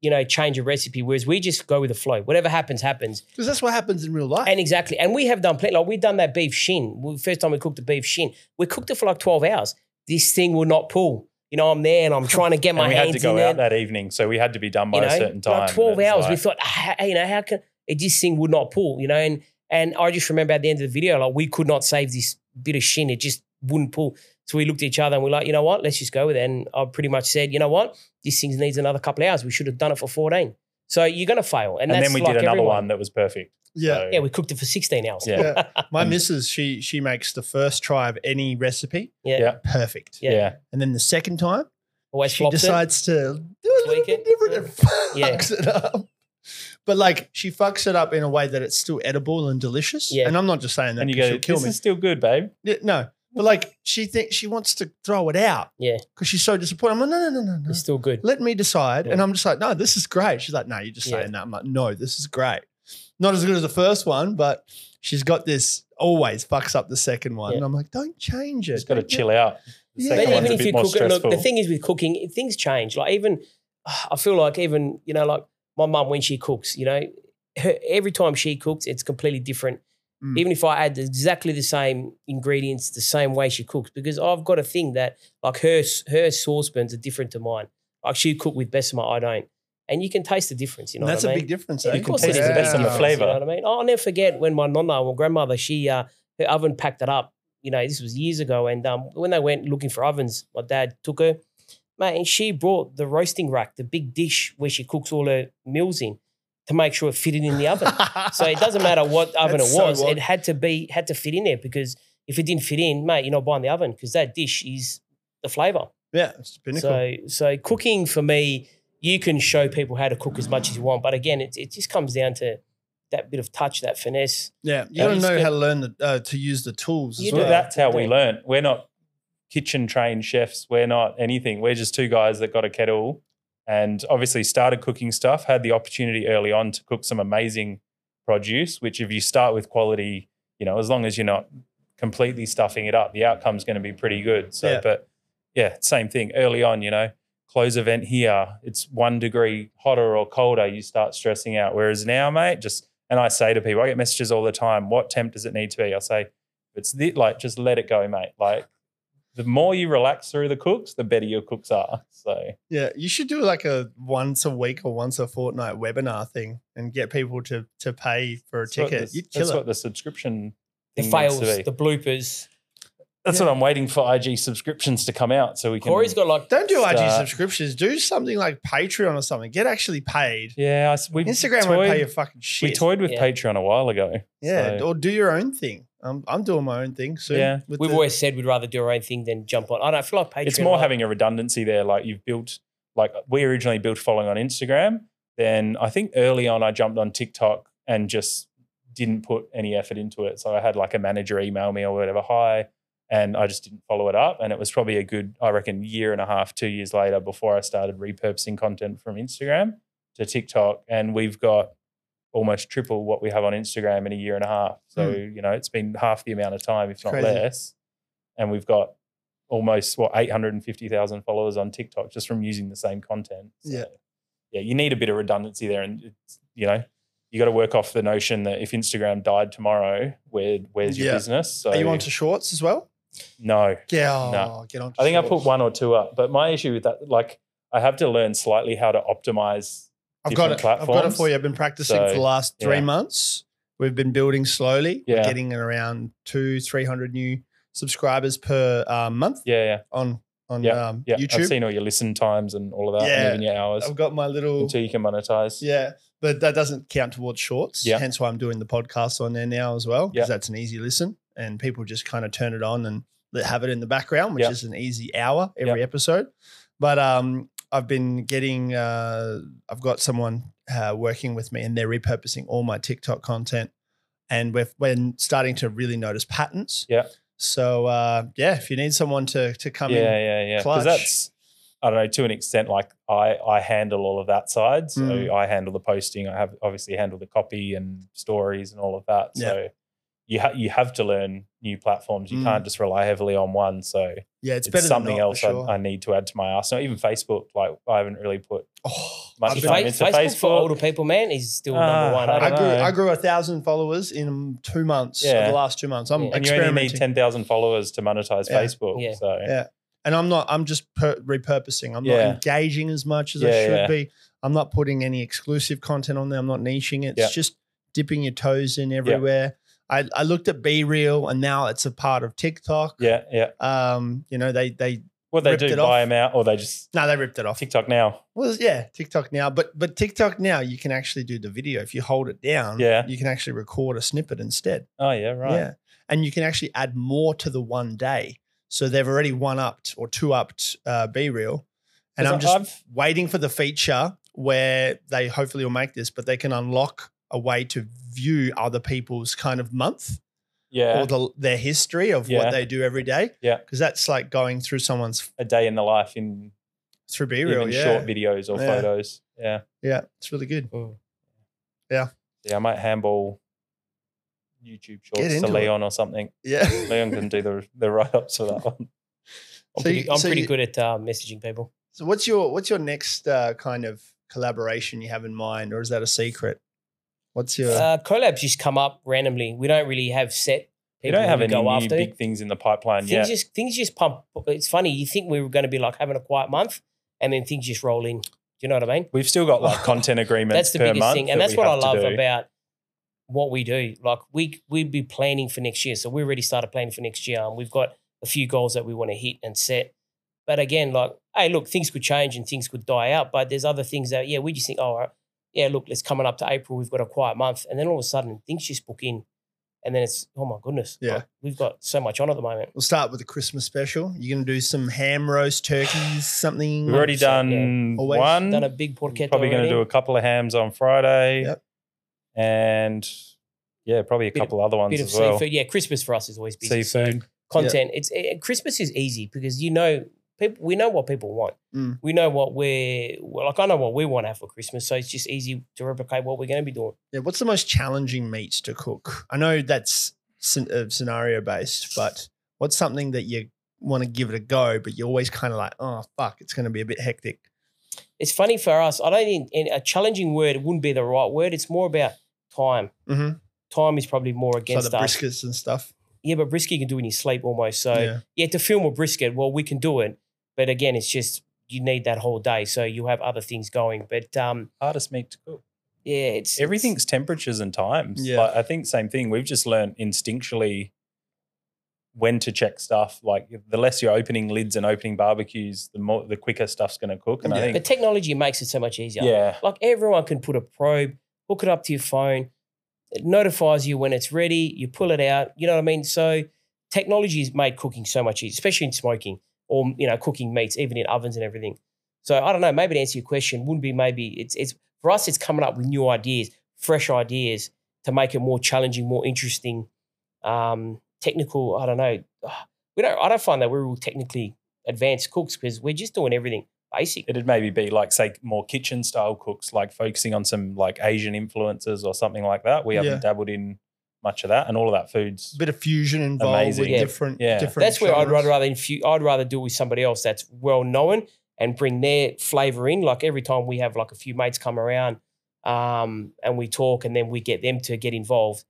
B: you know, change a recipe. Whereas we just go with the flow. Whatever happens, happens.
A: Because that's what happens in real life.
B: And exactly. And we have done plenty. Like we've done that beef shin. We, first time we cooked the beef shin, we cooked it for like 12 hours. This thing will not pull. You know, I'm there and
C: [LAUGHS]
B: I'm trying to get my
C: and we
B: hands
C: had to go
B: in
C: out
B: there.
C: that evening. So we had to be done by
B: You know,
C: a certain time.
B: like 12
C: And it's
B: hours. we
C: like-
B: thought, "Ah, you know, how can it, this thing would not pull, you know? And and I just remember at the end of the video, like we could not save this bit of shin. It just wouldn't pull. So we looked at each other and we're like, you know what? Let's just go with it. And I pretty much said, you know what? This thing needs another couple of hours. We should have done it for 14. So you're going to fail. And,
C: and
B: that's
C: then we
B: like
C: did another
B: everyone.
C: one that was perfect.
A: yeah.
C: So-
B: Yeah, we cooked it for 16 hours.
C: Yeah. [LAUGHS]
A: My missus, she she makes the first try of any recipe
B: Yeah.
C: Yeah.
A: perfect.
B: Yeah.
C: yeah.
A: And then the second time,
B: Always
A: she
B: flopped it.
A: decides to do a little
B: Tweak
A: bit
B: it.
A: different and fucks
B: Yeah.
A: it up. But like she fucks it up in a way that it's still edible and delicious.
B: Yeah.
A: And I'm not just saying that
C: And you
A: because
C: go,
A: she'll kill
C: this
A: me.
C: is still good, babe.
A: Yeah, no. But like she thinks she wants to throw it out.
B: Yeah.
A: Because she's so disappointed. I'm like, no, no, no, no, no.
B: It's still good.
A: Let me decide.
B: Yeah.
A: And I'm just like, no, this is great. She's like, no, you're just
B: Yeah.
A: saying that. I'm like, no, this is great. Not as good as the first one, but she's got this always fucks up the second one.
B: Yeah.
A: And I'm like, don't change it.
C: Just got to
A: Don't get-
C: chill out. The
A: Yeah.
C: second
A: But
C: one's a
A: even
C: bit more stressful.
B: look, the thing is with cooking, it- things change. Like even, [SIGHS] I feel like even you know, like my mum when she cooks, you know, her, every time she cooks, it's completely different.
A: Mm.
B: Even if I add exactly the same ingredients, the same way she cooks, because I've got a thing that like her s- her saucepans are different to mine. Like she cook with Bessemer, I don't, and you can taste the difference. You know,
A: And that's
B: what I
A: a
B: mean?
A: big difference.
B: Yeah,
A: eh?
B: of course
C: taste
B: it is
C: the
B: a
C: best
B: big
C: in the
B: difference,
C: flavour.
B: You know what I mean? I'll never forget when my nonna or grandmother, she uh, her oven packed it up. You know, this was years ago, and um, when they went looking for ovens, my dad took her, mate, and she brought the roasting rack, the big dish where she cooks all her meals in, to make sure it fitted in the
C: [LAUGHS]
B: oven. so it doesn't matter what oven
A: That's
B: it
A: so
B: was;
A: wild.
B: it had to be had to fit in there because if it didn't fit in, mate, you're not buying the oven because that dish is the flavor.
A: Yeah, it's the pinnacle.
B: So, so cooking for me, you can show people how to cook as much as you want, but again, it, it just comes down to that bit of touch, that finesse.
A: yeah, you
B: Yeah.
A: got to
B: It's
A: know
B: good.
A: how to learn the, uh, to use the tools.
B: You
A: As
B: do.
C: Well,
A: well.
B: that.
C: that's how we
B: Yeah.
C: learn. We're not kitchen trained chefs. We're not anything. We're just two guys that got a kettle and obviously started cooking stuff, had the opportunity early on to cook some amazing produce, which if you start with quality, you know, as long as you're not completely stuffing it up, the outcome's going to be pretty good. So,
A: Yeah.
C: but yeah, same thing early on, you know, close event here, it's one degree hotter or colder, you start stressing out. Whereas now, mate, just, and I say to people, I get messages all the time, what temp does it need to be? I say, it's the, like, just let it go, mate. Like, the more you relax through the cooks, the better your cooks are. So,
A: Yeah, you should do like a once a week or once a fortnight webinar thing and get people to to pay for a
C: that's what
A: ticket.
C: the-
A: You'd
C: that's
A: kill
C: what
A: it.
C: the subscription
B: The
C: thing needs
B: fails,
C: to be.
B: the bloopers.
C: That's what I'm waiting for IG subscriptions to come out so we can.
B: Corey's got like
A: Don't do IG
C: Start.
A: subscriptions. Do something like Patreon or something. Get actually paid.
C: yeah, I s- we
A: Instagram
C: toyed,
A: won't pay your fucking shit.
C: We toyed with
B: Yeah.
C: Patreon a while ago.
A: yeah,
C: so-
A: or do your own thing. I'm, I'm doing my own thing soon.
C: Yeah.
A: with
B: we've
A: the-
B: always said we'd rather do our own thing than jump on. I don't I feel like Patreon.
C: it's more
B: like-
C: having a redundancy there. Like you've built, like we originally built following on Instagram. Then I think early on I jumped on TikTok and just didn't put any effort into it. So I had like a manager email me or whatever, hi, and I just didn't follow it up. And it was probably a good, I reckon, year and a half, two years later before I started repurposing content from Instagram to TikTok. And we've got almost triple what we have on Instagram in a year and a half. So, you know, it's been half the amount of time, if not
A: Hmm. Crazy.
C: less. And we've got almost what 850,000 followers on TikTok just from using the same content.
A: Yeah.
C: Yeah, you need a bit of redundancy there and it's, you know, you got to work off the notion that if Instagram died tomorrow, where where's your
A: Yeah.
C: business? So
A: Are you onto shorts as well?
C: no.
A: Yeah, oh,
C: No.
A: get on.
C: I think I put one or two up, but my issue with that like I have to learn slightly how to optimize
A: I've got it.
C: different
A: I've got it
C: platforms.
A: for you. I've been practicing for the
C: So,
A: last three
C: yeah.
A: months. We've been building slowly. We're
C: Yeah.
A: getting around two, three hundred new subscribers per uh, month
C: yeah, yeah.
A: on on um,
C: Yeah,
A: YouTube.
C: I've seen all your listen times and all of that,
A: Yeah.
C: and even your hours
A: I've got my little
C: until you can monetize.
A: yeah, but that doesn't count towards shorts.
C: Yeah.
A: Hence why I'm doing the podcast on there now as well
C: Yeah.
A: because that's an easy listen and people just kind of turn it on and let- have it in the background, which
C: Yeah.
A: is an easy hour every episode. But um, I've been getting uh, I've got someone uh, working with me and they're repurposing all my TikTok content. And we're, we're starting to really notice patterns.
C: Yeah.
A: So uh, yeah, if you need someone to to come
C: yeah,
A: in,
C: yeah, yeah.
A: clutch.
C: Because that's I don't know to an extent. Like I, I handle all of that side. So
A: Mm.
C: I handle the posting. I have obviously handle the copy and stories and all of that.
A: Yeah.
C: So you ha- you have to learn new platforms. You
A: Mm.
C: can't just rely heavily on one. So
A: yeah, it's,
C: it's,
A: better
C: something
A: than not,
C: else
A: for sure.
C: I, I need to add to my arsenal. Even Facebook. Like I haven't really put.
A: oh,
C: much
A: I've
C: time
A: been-
B: Fa-
C: into
B: Facebook, for
C: Facebook.
B: older people, man, is still
C: Ah,
B: number one. I
A: I
B: don't
C: don't
A: grew,
C: know.
A: I grew a thousand followers in two months. of
C: Yeah.
A: the last two months. I'm
B: Yeah.
C: And you only need
A: experimenting,
C: ten thousand followers to monetize
A: Yeah.
C: Facebook.
B: Yeah.
C: So
A: Yeah. and I'm not. I'm just per- repurposing. I'm
C: Yeah.
A: not engaging as much as I
C: Yeah,
A: should
C: yeah.
A: be. I'm not putting any exclusive content on there. I'm not niching it. It's
C: Yeah.
A: just dipping your toes in everywhere. I, I looked at Be Real, and now it's a part of TikTok.
C: yeah, yeah.
A: Um, you know they they
C: What they
A: Ripped
C: do,
A: it off.
C: buy them out, or they just
A: no they ripped it off.
C: TikTok now.
A: Well, yeah, TikTok now, but but TikTok now you can actually do the video if you hold it down.
C: Yeah.
A: you can actually record a snippet instead.
C: Oh yeah, right.
A: Yeah, and you can actually add more to the one day. So they've already one upped or two upped uh, B reel, and
C: 'Cause
A: I'm just
C: I've-
A: waiting for the feature where they hopefully will make this, but they can unlock a way to view other people's kind of month
C: yeah
A: or the, their history of
C: Yeah.
A: what they do every day.
C: Yeah.
A: because that's like going through someone's
C: a day in the life in
A: through B
C: even
A: reel. Yeah,
C: short videos or
A: Yeah.
C: photos. Yeah.
A: yeah, it's really good.
B: know. Mm.
C: Yeah, I might handball YouTube
A: Get
C: shorts to
A: into it.
C: Leon
A: [LAUGHS]
C: or something.
A: Yeah,
C: Leon can do the the write ups for that one.
A: So
B: I'm pretty,
A: you-
B: I'm
A: so
B: pretty
A: you-
B: good at uh, messaging people.
A: So what's your what's your next uh, kind of collaboration you have in mind, or is that a secret? What's your
B: Uh, collabs just come up randomly. We don't really have set.
C: You don't
B: who
C: have
B: we
C: any
B: go
C: new
B: after.
C: big things in the pipeline
B: things
C: yet.
B: just things just pump. It's funny. You think we were going to be like having a quiet month, and then things just roll in. Do you know what I mean?
C: We've still
B: [LAUGHS]
C: got like content agreements.
B: That's the
C: per
B: biggest
C: month
B: thing, and
C: that
B: that's
C: we
B: what I
C: have to
B: love
C: do.
B: about what we do. Like we we'd be planning for next year, so we already started planning for next year, and we've got a few goals that we want to hit and set. But again, like hey, look, things could change and things could die out, but there's other things that yeah, we just think, oh, all right, yeah, look, it's coming up to April, we've got a quiet month, and then all of a sudden things just book in, and then it's oh my goodness,
A: Yeah.
B: like, we've got so much on at the moment.
A: We'll start with the Christmas special. You're going to do some ham roast turkeys, something.
C: We've already
B: 100%,
C: done
A: yeah. Always
C: one.
B: Done a big porchetta.
C: Mm. probably going
B: already.
C: to do a couple of hams on Friday,
A: Yep.
C: and yeah, probably a
B: Bit of-
C: couple other ones
B: bit of
C: as well.
B: seafood. Yeah, Christmas for us is always busy. so
C: Seafood.
B: content. It's it, Christmas is easy because you know people. We know what people want.
A: Mm.
B: We know what we're well, like. I know what we want to have for Christmas, so it's just easy to replicate what we're going to be doing.
A: Yeah, what's the most challenging meat to cook? I know that's scen- uh, scenario based, but what's something that you want to give it a go, but you're always kind of like, oh fuck, it's going to be a bit hectic.
B: It's funny for us. I don't think and a challenging word wouldn't be the right word. It's more about time.
A: Mm-hmm.
B: Time is probably more against
A: So the
B: us.
A: briskets and stuff.
B: Yeah, but brisket you can do in your sleep almost. So yeah.
A: yeah.
B: to film a brisket, well, we can do it, but again, it's just you need that whole day, so you have other things going. But um,
C: Hardest meat to cook.
B: yeah, it's it's-
C: everything's temperatures and times.
A: Yeah.
C: Like, I think same thing. We've just learned instinctually when to check stuff. Like the less you're opening lids and opening barbecues, the more the quicker stuff's going to cook. And
A: Yeah.
C: I
B: The
C: think
B: technology makes it so much easier.
C: yeah,
B: Like everyone can put a probe, hook it up to your phone. It notifies you when it's ready. You pull it out. You know what I mean? So technology has made cooking so much easier, especially in smoking or you know cooking meats, even in ovens and everything. So I don't know. Maybe to answer your question, wouldn't be maybe it's it's for us. It's coming up with new ideas, fresh ideas to make it more challenging, more interesting, um, technical. I don't know. [SIGHS] We don't. I don't find that we're all technically advanced cooks because we're just doing everything basic.
C: it'd maybe be like say more kitchen style cooks, like focusing on some like Asian influences or something like that. We
A: Yeah.
C: haven't dabbled in much of that, and all of that foods.
A: bit of fusion involved with
C: Amazing.
B: Yeah.
A: different,
C: Yeah.
A: different.
B: That's where I'd
A: genres.
B: rather rather infu- I'd rather do with somebody else that's well known and bring their flavor in. Like every time we have like a few mates come around um, and we talk, and then we get them to get involved.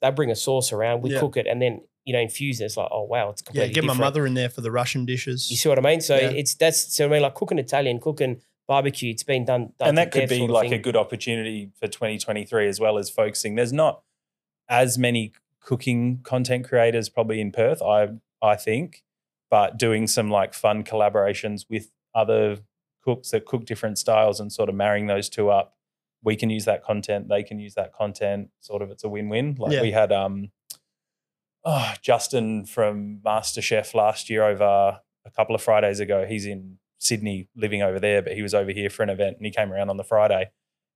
B: They bring a sauce around, we
A: Yeah.
B: cook it, and then you know infuse it. It's like oh wow, it's
A: Yeah,
B: completely
A: get my
B: different.
A: mother in there for the Russian dishes.
B: You see what I mean? So
A: Yeah.
B: it's that's so I mean like cooking Italian, cooking barbecue. It's been done, done
C: and
B: to
C: that could
B: death
C: be
B: sort of
C: like a
B: thing.
C: good opportunity for 2023 as well as focusing. There's not as many cooking content creators probably in Perth, I I think, but doing some like fun collaborations with other cooks that cook different styles and sort of marrying those two up. We can use that content, they can use that content. Sort of, it's a win-win. Like
A: Yeah.
C: we had um, oh, Justin from MasterChef last year over a couple of Fridays ago. He's in Sydney living over there, but he was over here for an event and he came around on the Friday.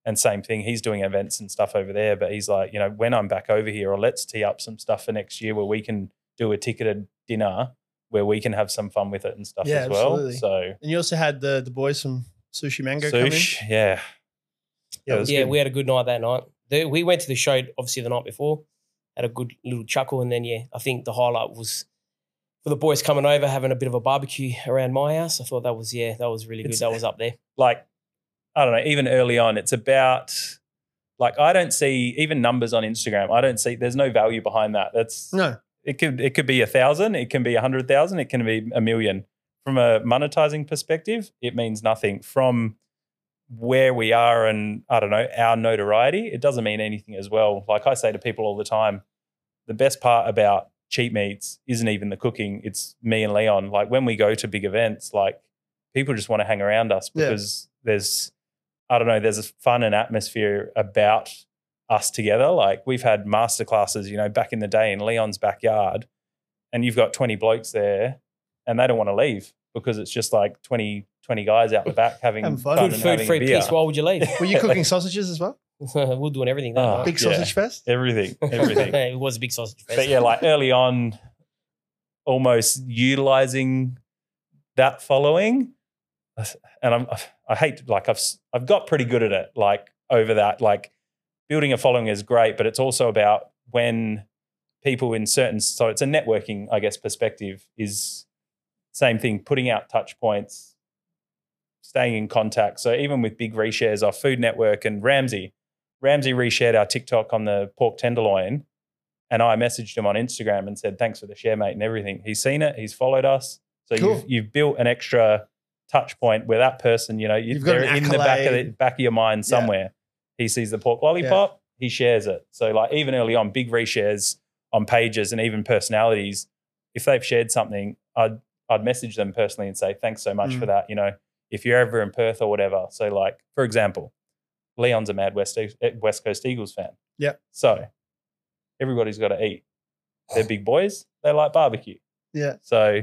C: And same thing, he's doing events and stuff over there, but he's like, you know, when I'm back over here, or let's tee up some stuff for next year where we can do a ticketed dinner where we can have some fun with it and stuff
A: Yeah,
C: as well.
A: absolutely.
C: So
A: And you also had the the boys from Sushi Mango come in.
C: sush, yeah.
A: Yeah,
C: That was
B: yeah,
C: good.
B: we had a good night that night. The, we went to the show obviously the night before, had a good little chuckle, and then yeah, I think the highlight was for the boys coming over having a bit of a barbecue around my house. I thought that was yeah, that was really good.
C: It's-
B: that was up there.
C: like I don't know, even early on, it's about like I don't see even numbers on Instagram. I don't see there's no value behind that. That's
A: No,
C: it could it could be a thousand, it can be a hundred thousand, it can be a million. From a monetizing perspective, it means nothing. From where we are and I don't know, our notoriety, it doesn't mean anything as well. Like I say to people all the time, the best part about cheap meats isn't even the cooking, it's me and Leon. Like when we go to big events, like people just want to hang around us
A: Yeah.
C: because there's I don't know, there's a fun and atmosphere about us together. Like we've had master classes, you know, back in the day in Leon's backyard, and you've got 20 blokes there and they don't want to leave because it's just like 20, 20 guys out the back having
A: Having fun.
C: fun,
B: Good
C: and
B: food,
C: having
B: free
C: beer.
B: piece. Why would you
C: [LAUGHS]
B: leave? [LAUGHS]
A: were you cooking sausages as well?
B: We're doing everything that
C: Ah,
B: night.
A: Big
C: Yeah.
A: sausage fest.
C: Everything,
B: [LAUGHS]
C: everything.
B: it was a big sausage fest.
C: but yeah, like early on, almost utilizing that following, and I'm I hate like I've s- I've got pretty good at it. Like over that, like building a following is great, but it's also about when people in certain so it's a networking I guess perspective is same thing putting out touch points staying in contact so even with big reshares our food network and ramsey ramsey reshared our tiktok on the pork tenderloin and I messaged him on Instagram and said, thanks for the share, mate, and everything. He's seen it, he's followed us. So
A: Cool.
C: you've, you've built an extra touch point where that person, you know, you,
A: You've got
C: they're
A: an
C: in the back of the
A: accolade.
C: back of your mind
A: Yeah.
C: somewhere. He sees the pork lollipop, he shares it. So like even early on, big reshares on pages and even personalities, if they've shared something, I'd I'd message them personally and say, thanks so much
A: Mm.
C: for that. You know, if you're ever in Perth or whatever. So like, for example, Leon's a mad West, eh, West Coast Eagles fan.
A: Yep.
C: So everybody's got to eat.
A: [SIGHS]
C: They're big boys. They like barbecue.
A: Yeah.
C: So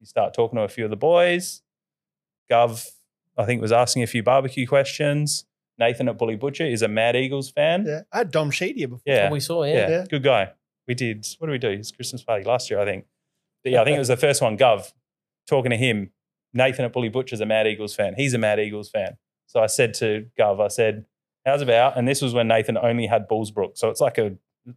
C: you start talking to a few of the boys. Gov, I think, was asking a few barbecue questions. Nathan at Bully Butcher is a Mad Eagles fan.
A: Yeah, I had Dom Sheedy before.
C: Yeah.
B: we saw, yeah.
C: Yeah,
A: Yeah.
C: good guy. We did. What did we do? His Christmas party last year, I think. But yeah, I think it was the first one. Gov, talking to him, Nathan at Bully Butcher's a Mad Eagles fan. He's a Mad Eagles fan. So I said to Gov, I said, "How's about?" And this was when Nathan only had Bullsbrook, so it's like a,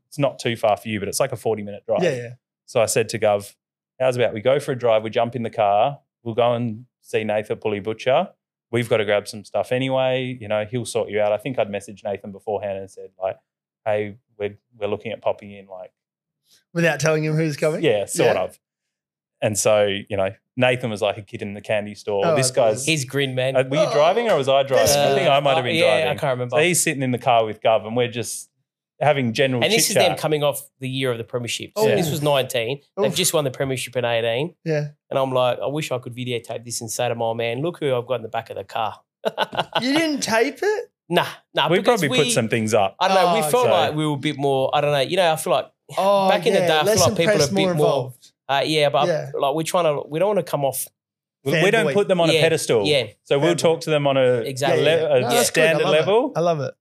C: it's not too far for you, but it's like a forty-minute drive.
A: Yeah, yeah.
C: So I said to Gov, how's about we go for a drive, we jump in the car, we'll go and see Nathan Pulley Butcher. We've got to grab some stuff anyway. You know, he'll sort you out. I think I'd messaged Nathan beforehand and said, like, hey, we're, we're looking at popping in. Like,
A: Without telling him who's coming.
C: yeah, sort
A: Yeah.
C: of. And so, you know, Nathan was like a kid in the candy store.
A: Oh,
C: this
A: I thought-
C: guy's.
B: His grin, man. Uh,
C: Uh, were you driving or was I driving? I think I might have been
B: yeah, I
C: driving.
B: can't remember.
C: So he's sitting in the car with Gov and we're just having general
B: and this is
C: chit-chat.
B: them coming off the year of the premiership. So
A: Oh.
B: this was 19.
A: Oof.
B: They've just won the premiership in 18.
A: Yeah.
B: And I'm like, I wish I could videotape this and say to my man, look who I've got in the back of the car.
A: You didn't tape
C: [LAUGHS]
A: it?
B: Nah, nah.
C: we
B: because
C: probably put some things up.
B: I don't know.
A: Oh,
B: we felt
C: okay.
B: like we were a bit more. I don't know. You know, I feel like,
A: Oh,
B: Back in the
A: yeah,
B: day, I feel
A: less
B: like people are a
A: impressed,
B: bit more- uh, yeah, but
A: Yeah.
B: like we're trying to. We don't want to come off.
C: We we don't
A: Fanboy.
C: put them on a
B: Yeah,
C: pedestal.
B: yeah.
C: So we'll
A: Fanboy.
C: talk to them on a,
B: Exactly.
C: a, le- a
A: No, that's good. I
C: standard
A: love it.
C: level.
A: I love it.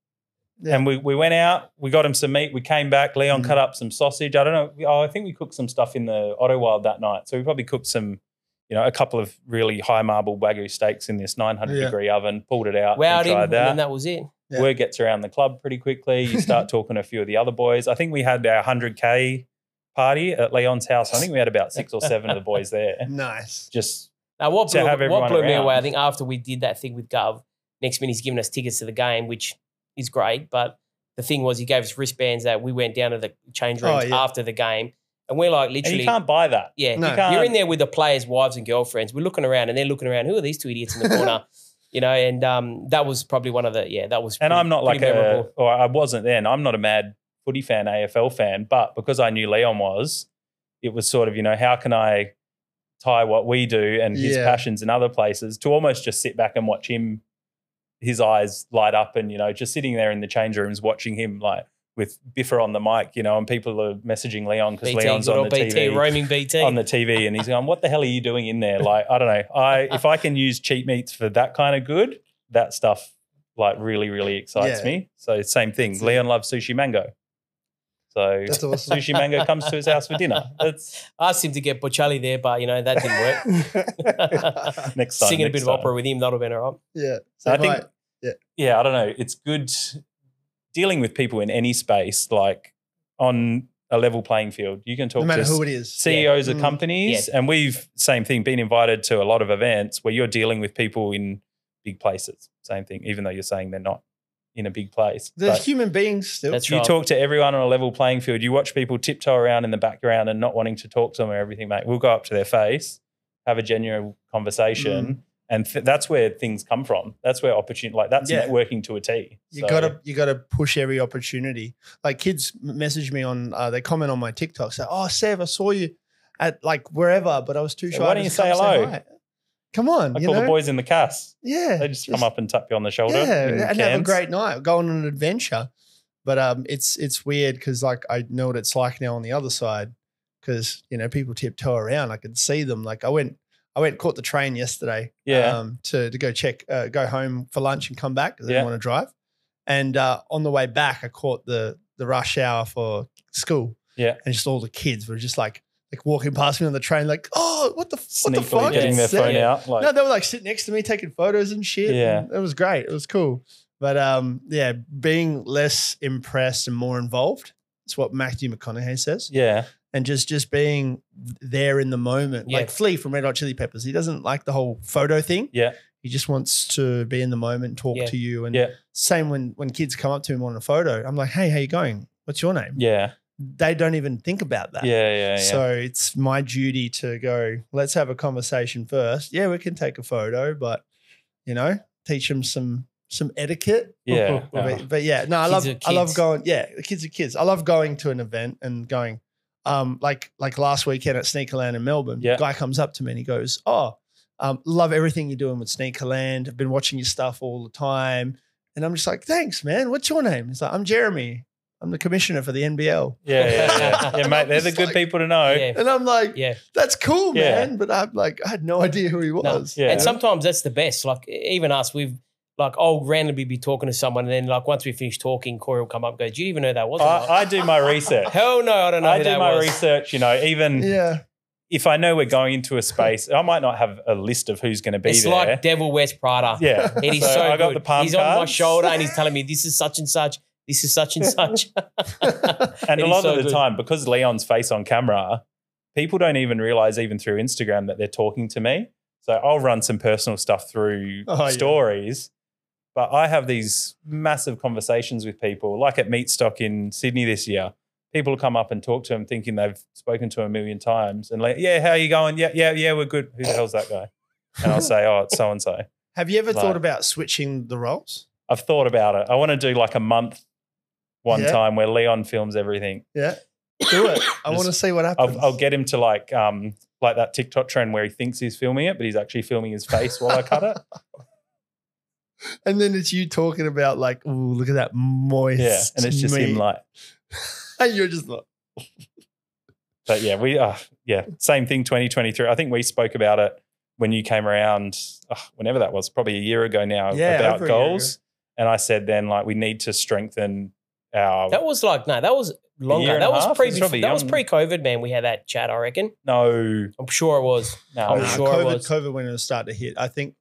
A: yeah.
C: And we, we went out, we got him some meat, we came back. Leon
A: Mm.
C: cut up some sausage. I don't know. we- Oh, I think we cooked some stuff in the Otto Wild that night. So we probably cooked some, you know, a couple of really high marble Wagyu steaks in this 900
A: Yeah.
C: degree oven, pulled it out,
B: Wowed
C: Uh, and
B: him,
C: tried
B: and
C: that.
B: then that was it.
A: Yeah.
C: Word gets around the club pretty quickly. You
A: [LAUGHS]
C: start talking to a few of the other boys. I think we had our 100K party at Leon's house. I think we had about six or seven of the boys
B: [LAUGHS]
C: there.
A: Nice.
C: Just
B: Now, what
C: To
B: blew,
C: have
B: what
C: everyone
B: blew me
C: around.
B: away, I think, after we did that thing with Gov, next minute he's giving us tickets to the game, which is great. But the thing was, he gave us wristbands that we went down to the change
A: Oh,
B: rooms
A: yeah.
B: after the game, and we're like,
C: and you
B: literally,
C: can't buy that.
B: yeah,
A: No.
C: You can't.
B: you're in there with the players' wives and girlfriends. We're looking around, and they're looking around. Who are these two idiots in the
C: [LAUGHS]
B: corner? you know, and um, that was probably one of the yeah, that was.
C: and
B: pretty-
C: I'm not like
B: pretty memorable.
C: a, or I wasn't then. I'm not a mad footy fan, AFL fan, but because I knew Leon was, it was sort of you know how can I tie what we do and his
A: Yeah.
C: passions in other places to almost just sit back and watch him, his eyes light up, and you know just sitting there in the change rooms watching him like with Biffer on the mic, you know, and people are messaging Leon because
B: BT,
C: Leon's
B: good
C: on
B: old
C: the
B: BT,
C: TV
B: roaming BT.
C: [LAUGHS] on the TV and he's going, What the hell are you doing in there? Like, I don't know. I if I can use cheat meats for that kind of good, that stuff like really, really excites
A: Yeah.
C: me. So same thing.
A: That's it.
C: Leon loves sushi mango. So
A: That's
C: [LAUGHS]
A: awesome.
C: Sushi Mango comes to his house for
A: [LAUGHS]
C: dinner. That's
B: Asked him to get Bocelli there, but you know that didn't work.
C: [LAUGHS] next
B: [LAUGHS]
C: time.
B: Singing a
C: next
B: bit of
C: time.
B: opera with him, that'll be all right.
A: [LAUGHS] yeah. So
C: So [LAUGHS] I think,
A: right, yeah.
C: yeah, I don't know. It's good dealing with people in any space, like on a level playing field. You can talk
A: no matter
C: to
A: who it is.
C: CEOs E of
A: Mm.
C: companies, and we've same thing been invited to a lot of events where you're dealing with people in big places. Same thing, even though you're saying they're not in a big place.
A: There's
C: But
A: human beings still.
B: That's
C: you
B: right.
C: talk to everyone on a level playing field. You watch people tiptoe around in the background and not wanting to talk to them or everything, mate. We'll go up to their face, have a genuine conversation,
A: Mm.
C: and th- that's where things come from. That's where opportunity, like that's
A: Yeah.
C: networking to a T.
A: You
C: So-
A: gotta you gotta push every opportunity. Like kids m- message me on, uh, they comment on my TikTok, say, "Oh, Sev, I saw you at like wherever, but I was too
C: Yeah,
A: shy."
C: why
A: to
C: don't you
A: come
C: say hello?"
A: hi." Come on,
C: I
A: you
C: call
A: know,
C: the boys in the cast.
A: yeah,
C: They just, come up and tap you on the shoulder.
A: yeah,
C: in
A: and have a
C: Cairns.
A: great night, go on an adventure. But um, it's it's weird because like I know what it's like now on the other side because you know people tiptoe around. I can see them. Like I went I went caught the train yesterday.
C: Yeah.
A: um, to to go check, uh, go home for lunch and come back because I
C: Yeah.
A: didn't want to drive. And uh, on the way back, I caught the the rush hour for school.
C: Yeah.
A: and just all the kids were just like like walking past me on the train, like, oh, what the what the
C: sneakily
A: fuck?
C: getting their
A: It's sick.
C: phone
B: Yeah.
C: out. Like,
A: No, they were like sitting next to me taking photos and shit.
C: Yeah.
A: and it was great. It was cool. But um, yeah, being less impressed and more involved. It's what Matthew McConaughey says
C: yeah,
A: and just just being there in the moment.
B: Yeah.
A: Like Flea from Red Hot Chili Peppers, he doesn't like the whole photo thing.
C: Yeah.
A: he just wants to be in the moment, talk
B: Yeah.
A: to you, and
C: Yeah.
A: same when when kids come up to him on a photo, I'm like, hey, how you going? What's your name?
C: yeah,
A: They don't even think about
C: yeah,
A: that.
C: yeah, yeah.
A: So it's my duty to go. Let's have a conversation first. Yeah, we can take a photo, but you know, teach them some some etiquette.
C: yeah.
B: Oh.
A: But, but yeah, no, I love
B: Kids are
A: I love
B: kids.
A: going. Yeah, the kids are kids. I love going to an event and going. Um, like like last weekend at Sneakerland in Melbourne,
C: Yeah.
A: guy comes up to me and he goes, "Oh, um, love everything you're doing with Sneakerland. I've been watching your stuff all the time." And I'm just like, "Thanks, man. What's your name?" He's like, "I'm Jeremy. I'm the commissioner for the NBL."
C: Yeah,
A: [LAUGHS]
C: yeah, yeah. yeah,
A: And
C: mate.
A: I'm
C: They're the
A: just
C: good
A: like-
C: people to know.
B: Yeah.
A: And I'm like,
B: Yeah.
A: "That's cool,
C: Yeah.
A: man." But I'm like, I had no idea who he was.
C: Yeah.
B: And sometimes that's the best. Like e, even us, we've like I'll randomly be talking to someone, and then like once we finish talking, Corey will come up and go, "Do you even know that was?" I'm like,
C: I, I do my research.
B: Hell no, [LAUGHS] I don't know
C: I
B: who
C: do
B: that
C: my
B: was.
C: research. You know, even
A: yeah,
C: if I know we're going into a space, I might not have a list of who's going to be
B: It's
C: there.
B: like Devil West Prada.
C: yeah,
B: It is
C: [LAUGHS] So
B: so,
C: I got
B: good.
C: the palm
B: he's on my
C: cards.
B: shoulder and
C: [LAUGHS]
B: he's telling me this is such and such. This is such and such. It
C: and a
B: is
C: lot
B: so
C: of the
B: good.
C: time, because Leon's face on camera, people don't even realize, even through Instagram, that they're talking to me. So I'll run some personal stuff through
A: Oh, yeah.
C: stories, but I have these massive conversations with people, like at Meatstock in Sydney this year. People come up and talk to him, thinking they've spoken to him a million times, and like, yeah, how you going? Yeah, yeah, yeah, we're good. Who the hell's that guy? And I'll say, oh, it's so and so.
A: Have you ever
C: Like-
A: thought about switching the roles?
C: I've thought about it. I want to do like a month, one
A: Yeah.
C: time where Leon films everything.
A: Yeah, do it. I
C: [COUGHS] Just-
A: want to see what happens.
C: I'll, I'll get him to like um like that TikTok trend where he thinks he's filming it, but he's actually filming his face while I
A: [LAUGHS]
C: cut it.
A: And then it's you talking about like, oh, look at that moist.
C: Yeah, and it's just him
A: meat."
C: like.
A: and you're just like,
C: But yeah, we uh yeah same thing. Twenty twenty three. I think we spoke about it when you came around, uh, whenever that was, probably a year ago now,
A: Yeah,
C: about
A: over a year
C: goals. And I said then like we need to strengthen our
B: That was like no, that was
C: year
B: longer.
C: and
B: That
C: a
B: was
C: half?
B: pre.
C: It's probably
B: That was
C: young.
B: pre COVID, man. We had that chat. I reckon.
C: no
B: I'm sure it was.
C: no.
B: I'm
A: "Nah,
B: sure it
A: COVID,
B: was.
A: COVID when it was starting to hit. I think,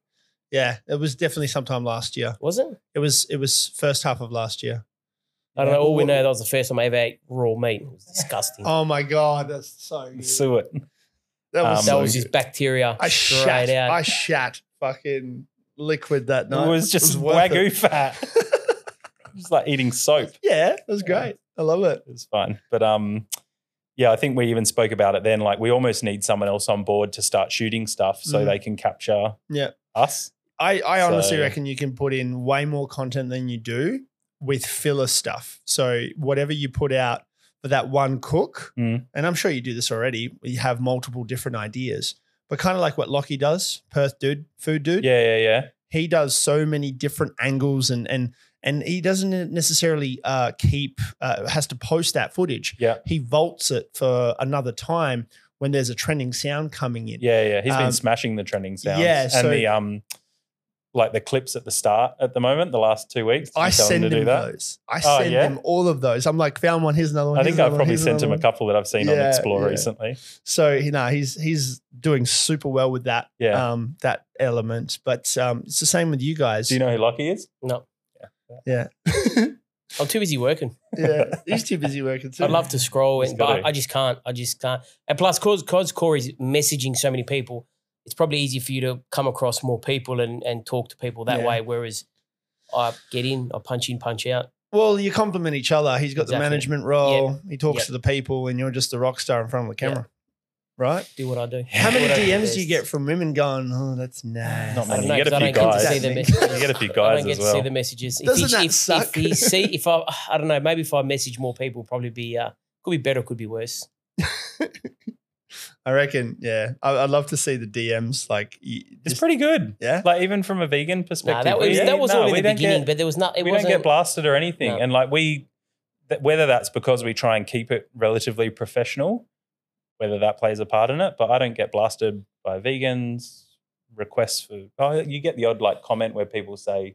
A: yeah, it was definitely sometime last year.
B: Was it?
A: It was it was first half of last year.
B: I don't know. All we
A: Well,
B: know that was the first time I ever ate raw meat. It was disgusting.
A: Oh my god, that's so good.
C: Sue it.
A: that was
B: that
C: um,
A: so
B: was
A: good.
B: just bacteria
A: I
B: straight
A: shat.
B: out.
A: I shat fucking liquid that night.
C: [LAUGHS] it was just
A: worth
C: wagyu
A: it. [LAUGHS]
C: fat. It was like eating soap.
A: Yeah, it was
C: Yeah.
A: great. I love it.
C: It was fun. But um, yeah, I think we even spoke about it then. Like we almost need someone else on board to start shooting stuff so
A: Mhm.
C: they can capture
A: Yeah.
C: us.
A: I, I honestly
C: So-
A: reckon you can put in way more content than you do with filler stuff. So whatever you put out for that one cook,
C: Mm.
A: and I'm sure you do this already, you have multiple different ideas. But kind of like what Lockie does, Perth dude, food dude,
C: Yeah, yeah, yeah.
A: he does so many different angles and and and he doesn't necessarily uh, keep uh, has to post that footage.
C: Yeah.
A: he vaults it for another time when there's a trending sound coming in.
C: Yeah, yeah. He's
A: Um,
C: been smashing the trending sounds.
A: yeah,
C: And
A: so-
C: the um like the clips at the start at the moment, the last two weeks. Did
A: I
C: you tell
A: send
C: him to do
A: him
C: that. Oh,
A: those. I send
C: yeah?
A: him all of those. I'm like, found one. Here's another one.
C: I think
A: here's
C: I've
A: another one,
C: probably
A: here's
C: sent
A: another
C: him a
A: one.
C: couple that I've seen on
A: Yeah,
C: Explore
A: yeah.
C: recently.
A: So you know, he's he's doing super well with that
C: Yeah.
A: um that element. But um, it's the same with you guys.
C: Do you know who Lucky
A: [LAUGHS]
C: is?
B: No,
A: yeah,
B: I'm too
A: [LAUGHS]
B: busy working.
C: [LAUGHS]
A: yeah. He's too busy working. Too.
B: I'd love to scroll,
C: He's
B: and,
C: gotta.
B: but I just can't. I just can't. And plus, cause cause Corey's messaging so many people, it's probably easy for you to come across more people and and talk to people that
A: Yeah.
B: way. Whereas I get in, I punch in, punch out.
A: Well, you complement each other. He's got the
B: Exactly.
A: management role. He talks
B: Yep.
A: to the people, and you're just the rock star in front of the camera, right?
B: Do what I do.
A: How many
B: What I
A: DMs do you
B: best.
A: get from women going, "Oh, that's nice"?
C: Not
B: I
C: many.
B: don't know,
C: You get a
B: 'cause I
C: few
B: don't get to
A: guys.
B: see the
A: You
B: messages.
C: You get a few
B: I
C: guys
B: don't get
C: as
B: to
C: well.
B: see the messages. If
A: Doesn't
B: he,
A: that
B: if,
A: suck?
B: If he see, if I, I don't know, maybe if I message more people, probably be uh, could be better, could be worse.
A: I reckon. Yeah, I, I'd love to see the DMs. Like, you,
C: It's
A: just-
C: pretty good.
A: Yeah.
C: Like even from a vegan
B: Nah,
C: perspective,
B: that was
C: we-
B: that was
C: no,
B: all in
C: we
B: the
C: don't
B: beginning,
C: get-
B: but there was not. It
C: we don't
B: wasn't.
C: get blasted or anything.
B: No.
C: And like we, that, whether that's because we try and keep it relatively professional, whether that plays a part in it, but I don't get blasted by vegans, requests for, oh, you get the odd like comment where people say,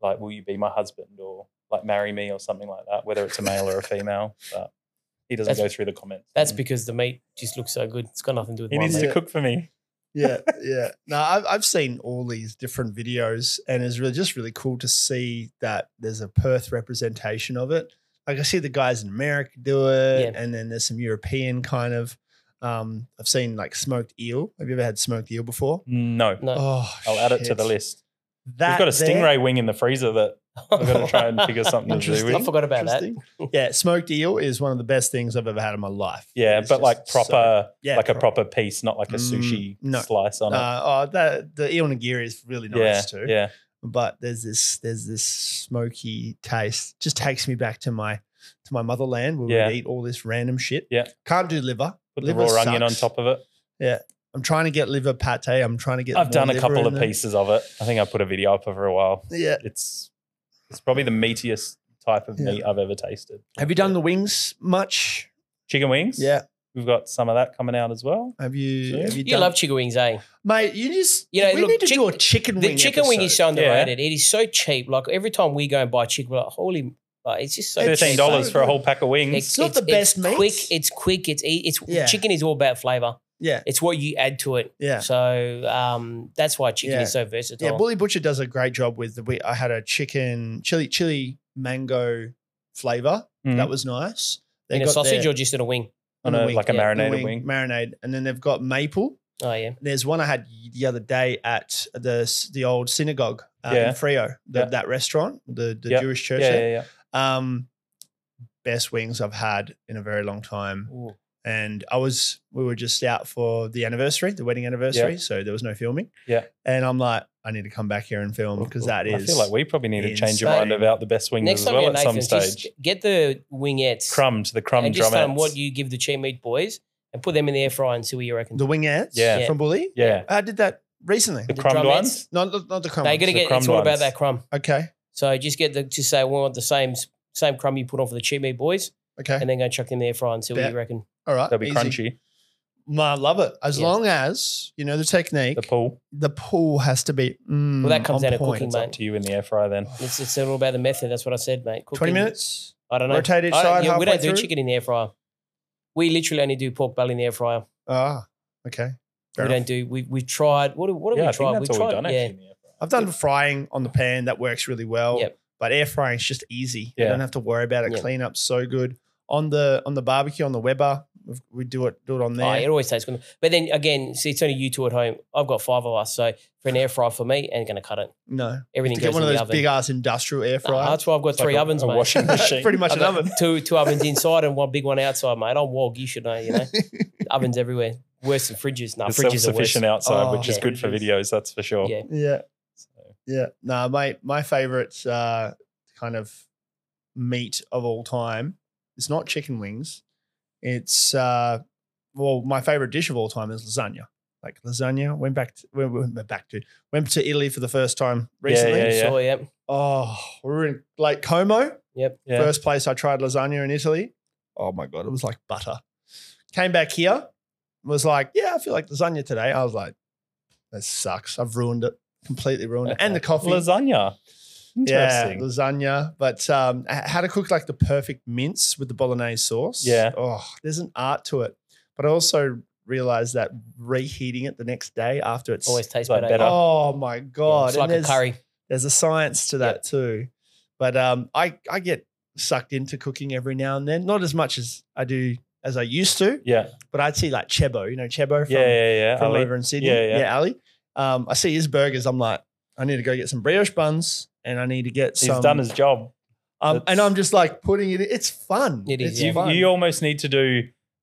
C: like, will you be my husband or like marry me or something like that, whether it's a male or a female. But he doesn't
B: That's-
C: go through the comments.
B: That's
C: And
B: because the meat just looks so good. It's got nothing to do with
C: he
B: my
C: needs
B: meat.
C: to cook for me.
A: yeah, yeah. No, I've I've seen all these different videos, and it's really just really cool to see that there's a Perth representation of it. Like I see the guys in America do it,
B: Yeah.
A: and then there's some European kind of. Um, I've seen like smoked eel. Have you ever had smoked eel before?
C: No,
B: No.
A: Oh,
C: Uh, I'll add it to
A: shit.
C: the list.
A: That
C: We've got a
A: there-
C: stingray wing in the freezer that we're going to try and
B: [LAUGHS]
C: figure something to do
A: Interesting.
B: I
C: with.
B: forgot about that.
A: Interesting. yeah, smoked eel is one of the best things I've ever had in my life.
C: Yeah,
A: It's
C: but like
A: just so-
C: proper.
A: yeah,
C: like a
A: pro-
C: proper piece, not like a
A: Mm,
C: sushi
A: no.
C: slice on it.
A: Uh, oh, that the eel nigiri is really nice
C: yeah,
A: too.
C: yeah.
A: But there's this there's this smoky taste. Just takes me back to my to my motherland where
C: Yeah.
A: we eat all this random shit.
C: Yeah.
A: can't do liver.
C: Put the
A: Liver
C: raw onion on
A: sucks.
C: top of it.
A: I'm trying to get liver pate. I'm trying to get.
C: I've
A: more
C: done a
A: liver
C: couple
A: in
C: of
A: there.
C: pieces of it. I think I put a video up for a while.
A: Yeah.
C: It's it's probably the meatiest type of
A: Yeah.
C: meat I've ever tasted.
A: Have you done the wings much?
C: chicken wings?
A: Yeah.
C: we've got some of that coming out as well.
A: Have you?
C: Yeah.
A: Have you,
B: You
A: done,
B: love chicken wings, eh?
A: mate. You just.
B: You know,
A: we
B: look,
A: need to
B: chick-
A: do a chicken
B: The
A: wing.
B: chicken wing is
A: episode.
B: so underrated. It is so cheap. Like every time we go and buy chicken, we're like, holy, like, it's just so
A: It's
C: Thirteen
B: cheap.
C: dollars
A: so
C: for a
A: good.
C: whole pack of wings.
A: It's not the best
B: it's
A: meats.
B: quick. It's quick. It's e- it's
A: Yeah.
B: chicken is all about flavor.
A: Yeah.
B: It's what you add to it.
A: Yeah.
B: So um, that's why chicken
A: Yeah.
B: is so versatile.
A: Yeah, Bully Butcher does a great job with the. We, I had a chicken chili chili mango flavor.
C: Mm.
A: That was nice. They
B: in a
A: got
B: sausage
A: their-
B: or just in a wing?
C: on
A: on
C: a,
A: the
C: like a
B: wing, yeah,
C: marinated
A: wing,
C: wing.
A: marinade, and then they've got maple.
B: Oh yeah.
A: There's one I had the other day at the s- the old synagogue uh,
C: Yeah.
A: in Frio, the,
C: Yeah.
A: that restaurant, the the
C: Yep.
A: Jewish
C: Yeah,
A: church. there.
C: yeah, yeah.
A: Um, best wings I've had in a very long time.
B: Ooh.
A: and I was we were just out for the anniversary, the wedding anniversary, so there was no filming.
C: Yeah.
A: And I'm like, I need to come back here and film because that
C: I
A: is
C: feel like we probably need to change your
B: insane.
C: mind about the best wings
B: Next
C: as
B: time
C: well
B: you're
C: at some
B: Nathan, just
C: stage.
B: get the wingettes
C: Crumb to the crumb
B: and just tell them
C: drumettes.
B: what you give the cheap meat boys and put them in the air fryer and see what you reckon.
A: the wing ants
C: Yeah.
A: from Bully.
C: yeah,
A: I did that recently.
C: the
B: The
C: crumbed
B: drumettes.
C: ones.
A: Not not not the crumb.
B: They're
A: ones,
B: gonna
A: the-
B: get.
C: crumb
B: It's all about
C: ones.
B: that crumb.
A: okay,
B: So just get the to say we want the same same crumb you put on for the cheap meat boys,
A: okay,
B: and then go chuck them in the air fryer and see what
A: Bet.
B: you reckon.
A: all right.
C: They'll be
A: easy.
C: crunchy.
A: Mm, I love it as
B: Yeah.
A: long as you know the technique.
C: The
A: The,
C: pool.
A: pull has to be. Mm,
B: that comes
A: on
B: down to
A: point.
B: cooking,
C: It's up to you in the air fryer then.
B: It's, it's all about the method. That's what I said, mate. Cooking,
A: Twenty minutes.
B: I don't know.
A: Rotate each
B: I don't-
A: side.
B: yeah, we don't
A: halfway
B: do
A: through?
B: chicken in the air fryer. We literally only do pork belly in the air fryer.
A: Ah, okay. Fair
B: we
A: enough.
B: don't do. We we tried. What do- what have
C: yeah, I
B: we tried?
C: think that's
B: we
C: all
B: tried.
C: we've done
B: yeah.
C: actually in the air fryer.
A: I've done frying on the pan. That works really well.
B: Yep.
A: But air frying is just easy. You
C: Yeah.
A: don't have to worry about it.
B: Yep.
A: Clean up so good on the on the barbecue on the Weber. we've- We do it do it on there.
B: Oh, it always tastes good. But then again, see, it's only you two at home. I've got five of us, so for an air fryer for me, ain't gonna cut it.
A: no,
B: Everything
A: to get
B: goes
A: one of
B: in the
A: those
B: oven.
A: big ass industrial air
B: Nah,
A: fryers.
B: that's why I've got
C: It's like
B: three
C: a-
B: ovens,
C: a
B: mate. [LAUGHS]
A: [LAUGHS]
C: washing machine.
A: Pretty much
B: I've
A: an
B: got [LAUGHS]
A: oven.
B: Two two ovens inside and one big one outside, mate. I'm wog. You should know.
A: [LAUGHS]
B: You know, ovens everywhere. Worse than fridges. Nah,
C: It's
B: fridges are worse.
C: self-sufficient outside,
A: Oh,
C: which is
B: yeah.
C: good for videos, that's for sure.
B: Yeah.
A: Yeah,
C: So,
A: yeah. No, my my favorite uh, kind of meat of all time. It's not chicken wings. It's uh, well, my favorite dish of all time is lasagna. Like lasagna, went back to, went- went back to went to Italy for the first time recently.
C: Yeah, yeah.
B: So yeah.
A: Oh, we were in Lake Como.
B: Yep.
C: yeah.
A: First place I tried lasagna in Italy. Oh my God, it was like butter. Came back here, was like, yeah, I feel like lasagna today. I was like, that sucks. I've ruined it. completely ruined it. And the coffee.
C: Lasagna.
A: Yeah,
C: Interesting.
A: lasagna. But um, h- how to cook like the perfect mince with the bolognese sauce.
C: Yeah.
A: Oh, there's an art to it. But I also realized that reheating it the next day after it's.
B: Always tastes
C: like
B: better.
C: better.
A: oh my
B: Yeah,
A: God.
B: it's
A: And
B: like a
A: there's-
B: curry.
A: there's a science to that too. But um, I I get sucked into cooking every now and then, not as much as I do as I used to.
C: Yeah.
A: But I'd see like Chebo, you know Chebo from,
C: Yeah, yeah, yeah.
A: from
C: Ali.
A: over in Sydney,
C: Yeah, yeah.
A: Ali. Um, I see his burgers. I'm like, I need to go get some brioche buns, and I need to get
C: He's
A: some.
C: done his job.
A: um, and
C: that's-
A: I'm just like putting it. It's fun.
B: It is,
A: It's
B: yeah.
A: fun.
C: You almost need to do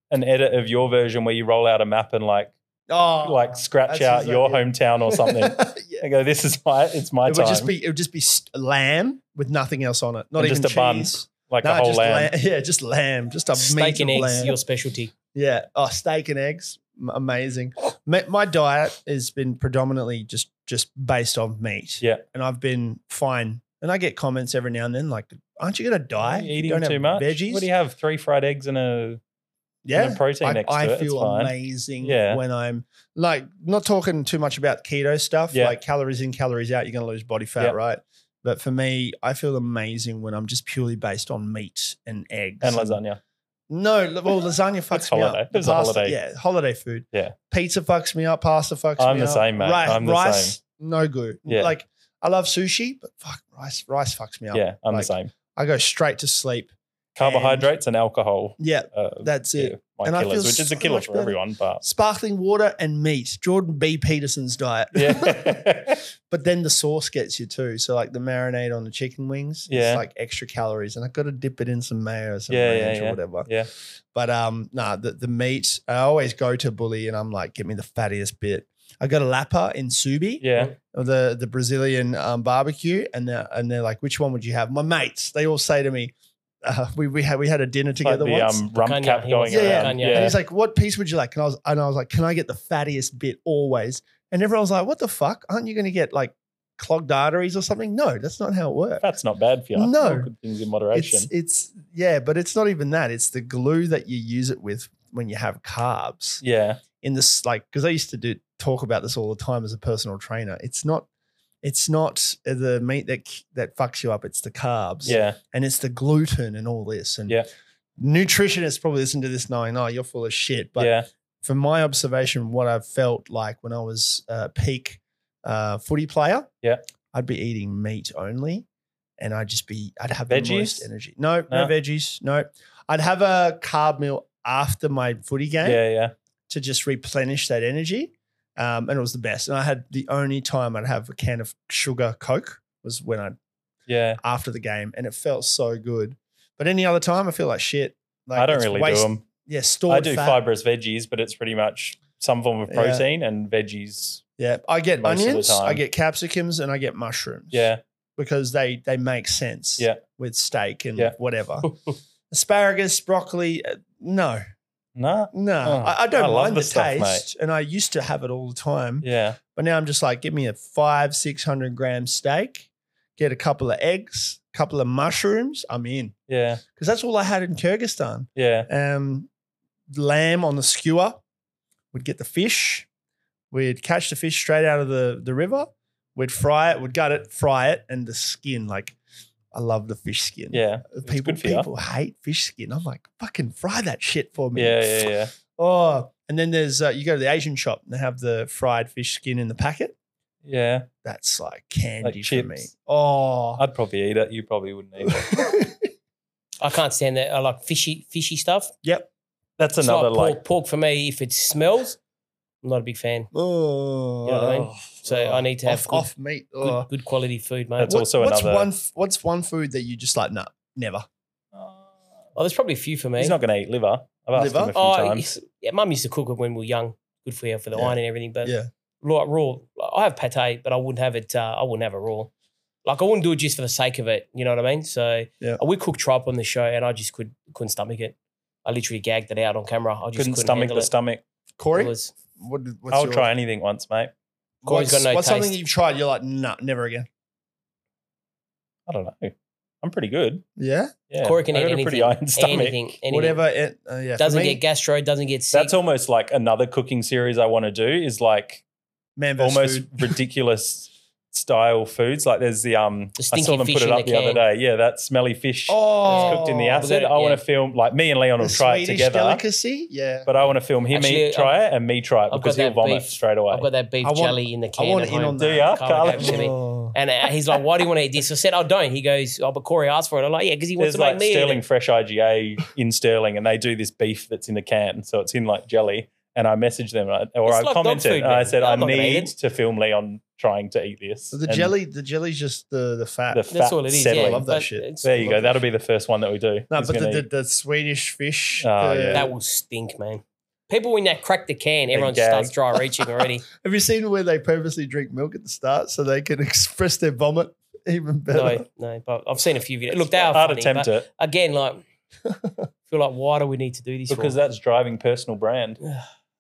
C: an edit of your version where you roll out a map and like
A: oh, [LAUGHS]
C: like scratch
A: that's
C: out
A: his
C: your
A: idea.
C: hometown or something.
A: [LAUGHS] yeah.
C: and go, this is my it's my
A: It would
C: time.
A: just be it would just be st- lamb with nothing else on it, not
C: And
A: even
C: just a bun,
A: cheese.
C: like
A: No,
C: a whole
A: just
C: lamb.
A: lamb. [LAUGHS] Yeah, just lamb, just a
B: Steak
A: meat
B: and
A: of
B: eggs,
A: lamb.
B: your specialty.
A: Yeah. Oh, steak and eggs. M- Amazing.
C: Oh.
A: My, my diet has been predominantly just just based on meat.
C: Yeah.
A: And I've been fine. And I get comments every now and then like, aren't you going to die?
C: Are
A: if
C: you
A: you
C: eating
A: don't have
C: too much.
A: Veggies.
C: What do you have? Three fried eggs and a, and
A: yeah.
C: a protein
A: I,
C: next
A: I
C: to it.
A: feel
C: it's fine.
A: amazing
C: Yeah.
A: when I'm like not talking too much about keto stuff,
C: Yeah.
A: like calories in, calories out, you're going to lose body fat,
C: Yeah.
A: right? But for me, I feel amazing when I'm just purely based on meat and eggs
C: And lasagna.
A: No, l- well, lasagna fucks me
C: holiday.
A: up.
C: It was a
A: Pasta-
C: holiday.
A: Yeah, holiday food.
C: Yeah.
A: Pizza fucks me up. Pasta fucks
C: I'm
A: me
C: the
A: up.
C: same, mate.
A: Ri-
C: I'm the
A: rice,
C: same.
A: no good.
C: Yeah.
A: Like, I love sushi, but fuck, rice, rice fucks me up.
C: Yeah, I'm
A: Like-
C: the same.
A: I go straight to sleep.
C: Carbohydrates and, alcohol.
A: Yeah,
C: Uh,
A: that's
C: yeah,
A: it.
C: my
A: And I feel
C: killers, which is
A: so
C: a killer
A: much
C: for
A: better.
C: everyone,
A: [LAUGHS]
C: but
A: Sparkling water and meat. Jordan B. Peterson's diet. [LAUGHS]
C: yeah. [LAUGHS]
A: but then the sauce gets you too. So, like, the marinade on the chicken wings,
C: Yeah.
A: it's like extra calories. And I've got to dip it in some mayo or some
C: Yeah, yeah,
A: ranch or
C: yeah.
A: whatever.
C: yeah.
A: But um, nah, the, the meat, I always go to Bully and I'm like, get me the fattiest bit. I got a Lapa in Subi,
C: Yeah.
A: the the Brazilian um, barbecue, and they're, and they're like, which one would you have? My mates, they all say to me, uh, we we had we had a dinner
C: Like
A: together
C: the
A: once,
C: um, rump
B: Kanye,
C: cap
B: he
C: going
B: wants
A: the
C: around.
B: Kanye.
A: and
C: Yeah.
A: he's like, what piece would you like? And I was and I was like, can I get the fattiest bit always? And everyone's like, what the fuck? Aren't you going to get like clogged arteries or something? No, that's not how it works.
C: [LAUGHS] That's not bad for you.
A: No.
C: All good things in moderation.
A: It's it's yeah, but it's not even that. It's the glue that you use it with when you have carbs.
C: yeah.
A: in this like because I used to do talk about this all the time as a personal trainer. It's not it's not the meat that that fucks you up. It's the carbs.
C: Yeah.
A: And it's the gluten and all this. And
C: Yeah.
A: nutritionists probably listen to this knowing, oh, you're full of shit. But
C: yeah.
A: from my observation, what I felt like when I was a peak uh, footy player,
C: Yeah.
A: I'd be eating meat only, and I'd just be, I'd have the
C: Veggies?
A: most energy. No, no,
C: No.
A: veggies. No, I'd have a carb meal after my footy game
C: Yeah. Yeah.
A: to just replenish that energy. Um, and it was the best. And I had the only time I'd have a can of sugar Coke was when I
C: Yeah.
A: after the game, and it felt so good. But any other time, I feel like shit. Like
C: I don't
A: it's
C: really do
A: waste-
C: them.
A: Yeah,
C: I
A: stored
C: do
A: fat.
C: fibrous veggies, but it's pretty much some form of
A: Yeah.
C: protein and veggies.
A: Yeah, I get
C: most of the
A: onions, I
C: time.
A: get capsicums, and I get mushrooms.
C: Yeah.
A: because they they make sense.
C: Yeah.
A: with steak and
C: Yeah. [LAUGHS]
A: whatever. Asparagus, broccoli. uh, No,
C: Nah.
A: no,
C: Oh,
A: I, I don't
C: I love
A: mind
C: the
A: the,
C: stuff,
A: taste,
C: mate.
A: and I used to have it all the time.
C: Yeah.
A: But now I'm just like, give me a five, six hundred gram steak, get a couple of eggs, couple of mushrooms. I'm in
C: Yeah.
A: because that's all I had in Kyrgyzstan.
C: Yeah.
A: Um, lamb on the skewer. We'd get the fish. We'd catch the fish straight out of the the river. We'd fry it. We'd gut it, fry it, and the skin. Like, I love the fish skin.
C: Yeah.
A: people
C: good for ya.
A: people hate fish skin. I'm like, fucking fry that shit for me.
C: Yeah. Yeah. Yeah.
A: Oh, and then there's uh, you go to the Asian shop and they have the fried fish skin in the packet
C: Yeah.
A: that's like candy for me.
C: chips.
B: [LAUGHS]
A: Oh,
C: I'd probably eat it. You probably wouldn't eat it.
B: I can't stand that. I like fishy, fishy stuff.
A: yep.
C: That's
B: It's like
C: another
B: pork.
C: like.
B: pork for me. If it smells, I'm not a big fan.
A: Oh,
B: You know what I mean? So I need to have
A: off,
B: good,
A: off meat. Oh.
B: good, good quality food, mate.
C: That's all- also
A: what's
C: another-
A: One, f- what's one food that you just like? Nah, never.
C: uh,
B: Oh, there's probably a few for me.
C: He's not going to eat liver. I've asked
A: Liver?
C: him a few
B: oh,
C: times.
B: it's- yeah, mum used to cook it when we were young. Good for you for the
A: Yeah.
B: iron and everything. But
A: Yeah.
B: like raw, I have pate, but I wouldn't have it. Uh, I wouldn't have it raw. Like I wouldn't do it just for the sake of it. You know what I mean? So
A: Yeah.
B: we cooked tripe on the show, and I just could couldn't stomach it. I literally gagged it out on camera. I just
C: Couldn't
B: couldn't,
C: stomach
B: handle
C: the
B: it.
C: stomach.
A: Corey,
B: It was-
A: what, what's
C: I'll
A: your-
C: try anything once, mate.
B: Corey's got
A: what's-
B: no
A: What's something
B: taste.
A: you've tried? You're like, nah, never again.
C: I don't know. I'm pretty good.
A: Yeah,
C: Yeah.
B: Corey can
C: I
B: eat
C: got a
B: anything.
C: pretty iron stomach.
B: anything, anything.
A: whatever. It, uh, yeah, for
B: Doesn't
A: me,
B: get gastro. Doesn't get sick.
C: That's almost like another cooking series I want to do is like
A: man versus
C: almost
A: food. [LAUGHS]
C: ridiculous style foods. Like there's the um,
B: The
C: I
B: stinky
C: saw them
B: fish
C: put it
B: in
C: up
B: the
C: the, other
B: can.
C: day. Yeah, that smelly fish
A: Oh,
C: cooked in the acid.
B: yeah.
C: I want to film like me and Leon
A: The
C: will try it
A: Swedish
C: together,
A: delicacy. Yeah.
C: but I want to film him
B: Actually,
C: eat, try it, and me try it
B: I've
C: because
B: got
C: he'll
B: that
C: vomit
B: beef.
C: straight away.
B: I've got that beef
A: I want-
B: jelly in the can.
A: want
B: at
A: it in
B: home.
A: on
C: Do ya?
B: Carla
C: Carla?
B: gave it to me.
A: Oh.
B: And uh, he's like, "Why do you want to eat this?" I said, "I don't." He goes, "Oh, but Corey asked for it." I'm like, "Yeah, because he wants
C: There's
B: to make
C: like
B: me." eat it."
C: Sterling Fresh IGA in Sterling, and they do this beef that's in a can, so it's in like jelly. And I messaged them, and I- or
B: It's
C: I
B: like dog
C: commented,
B: food,
C: and I
B: man.
C: said,
B: I'm not
C: I
B: gonna eat
C: need
B: it."
C: to film Leon trying to eat this.
A: So the
C: And
A: jelly, the jelly's just the the fat.
C: the fat
B: That's all it is.
C: settling.
B: Yeah,
A: I love that
B: But
A: shit.
B: it's-
C: There you go. That'll be the first one that we do.
A: no, but
C: He's
A: the,
C: gonna
A: the,
C: eat
A: the Swedish fish.
C: Oh,
A: the-
C: yeah.
B: That will stink, man. People when they crack the can,
C: They
B: everyone
C: gag.
B: starts dry reaching
C: [LAUGHS]
B: already.
A: Have you seen where they purposely drink milk at the start so they can [LAUGHS] express their vomit even better?
B: no, no. But I've seen a few videos. Look, they are
C: I'd
B: funny,
C: attempt
B: but
C: it
B: again, like, feel like why do we need to do this?
C: because
B: for?
C: that's driving personal brand.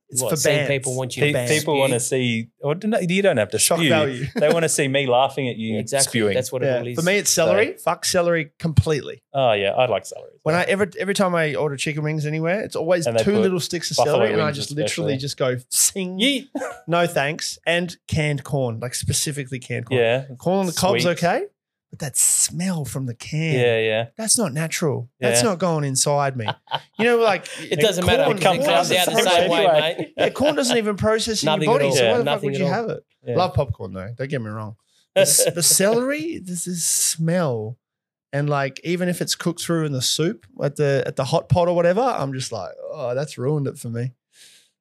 A: It's
B: What,
A: for
B: seeing
A: bands.
B: people want you
C: Pe-
B: to
A: Banned.
C: people want to
B: to.
C: see. Or do not- you don't have to
A: The shock
C: spew.
A: value.
C: they want to see me laughing at you
B: Exactly.
C: spewing.
B: That's what
A: Yeah.
B: it all is.
A: For me, it's celery. Fuck celery completely.
C: oh yeah, I like celery.
A: When I ever every time I order chicken wings anywhere, it's always
C: And they
A: two
C: put
A: little sticks of
C: buffalo
A: celery, and I
C: wings
A: just
C: especially.
A: literally just go sing.
C: Yeet.
A: [LAUGHS] No thanks. And canned corn, like specifically canned corn.
C: yeah,
A: Corn on the cob's
C: Sweet.
A: okay, but that smell from the can.
C: yeah, yeah.
A: That's not natural. That's
C: Yeah.
A: not going inside me. You know,
C: [LAUGHS]
A: like
B: It doesn't matter.
A: corn
B: It
C: comes
B: comes out
C: out
B: the
C: the
B: same
C: same
B: way,
C: way. [LAUGHS]
B: mate.
A: Yeah, corn doesn't even process in your
B: Nothing at
A: body.
B: all.
A: So
C: Yeah,
A: why the fuck
B: nothing
A: would
B: at
A: you
B: all.
A: have it?
C: yeah.
A: Love popcorn though. Don't get me wrong. The, s-
B: [LAUGHS]
A: the celery, this is smell, and like even if it's cooked through in the soup at the at the hot pot or whatever, I'm just like, oh, that's ruined it for me.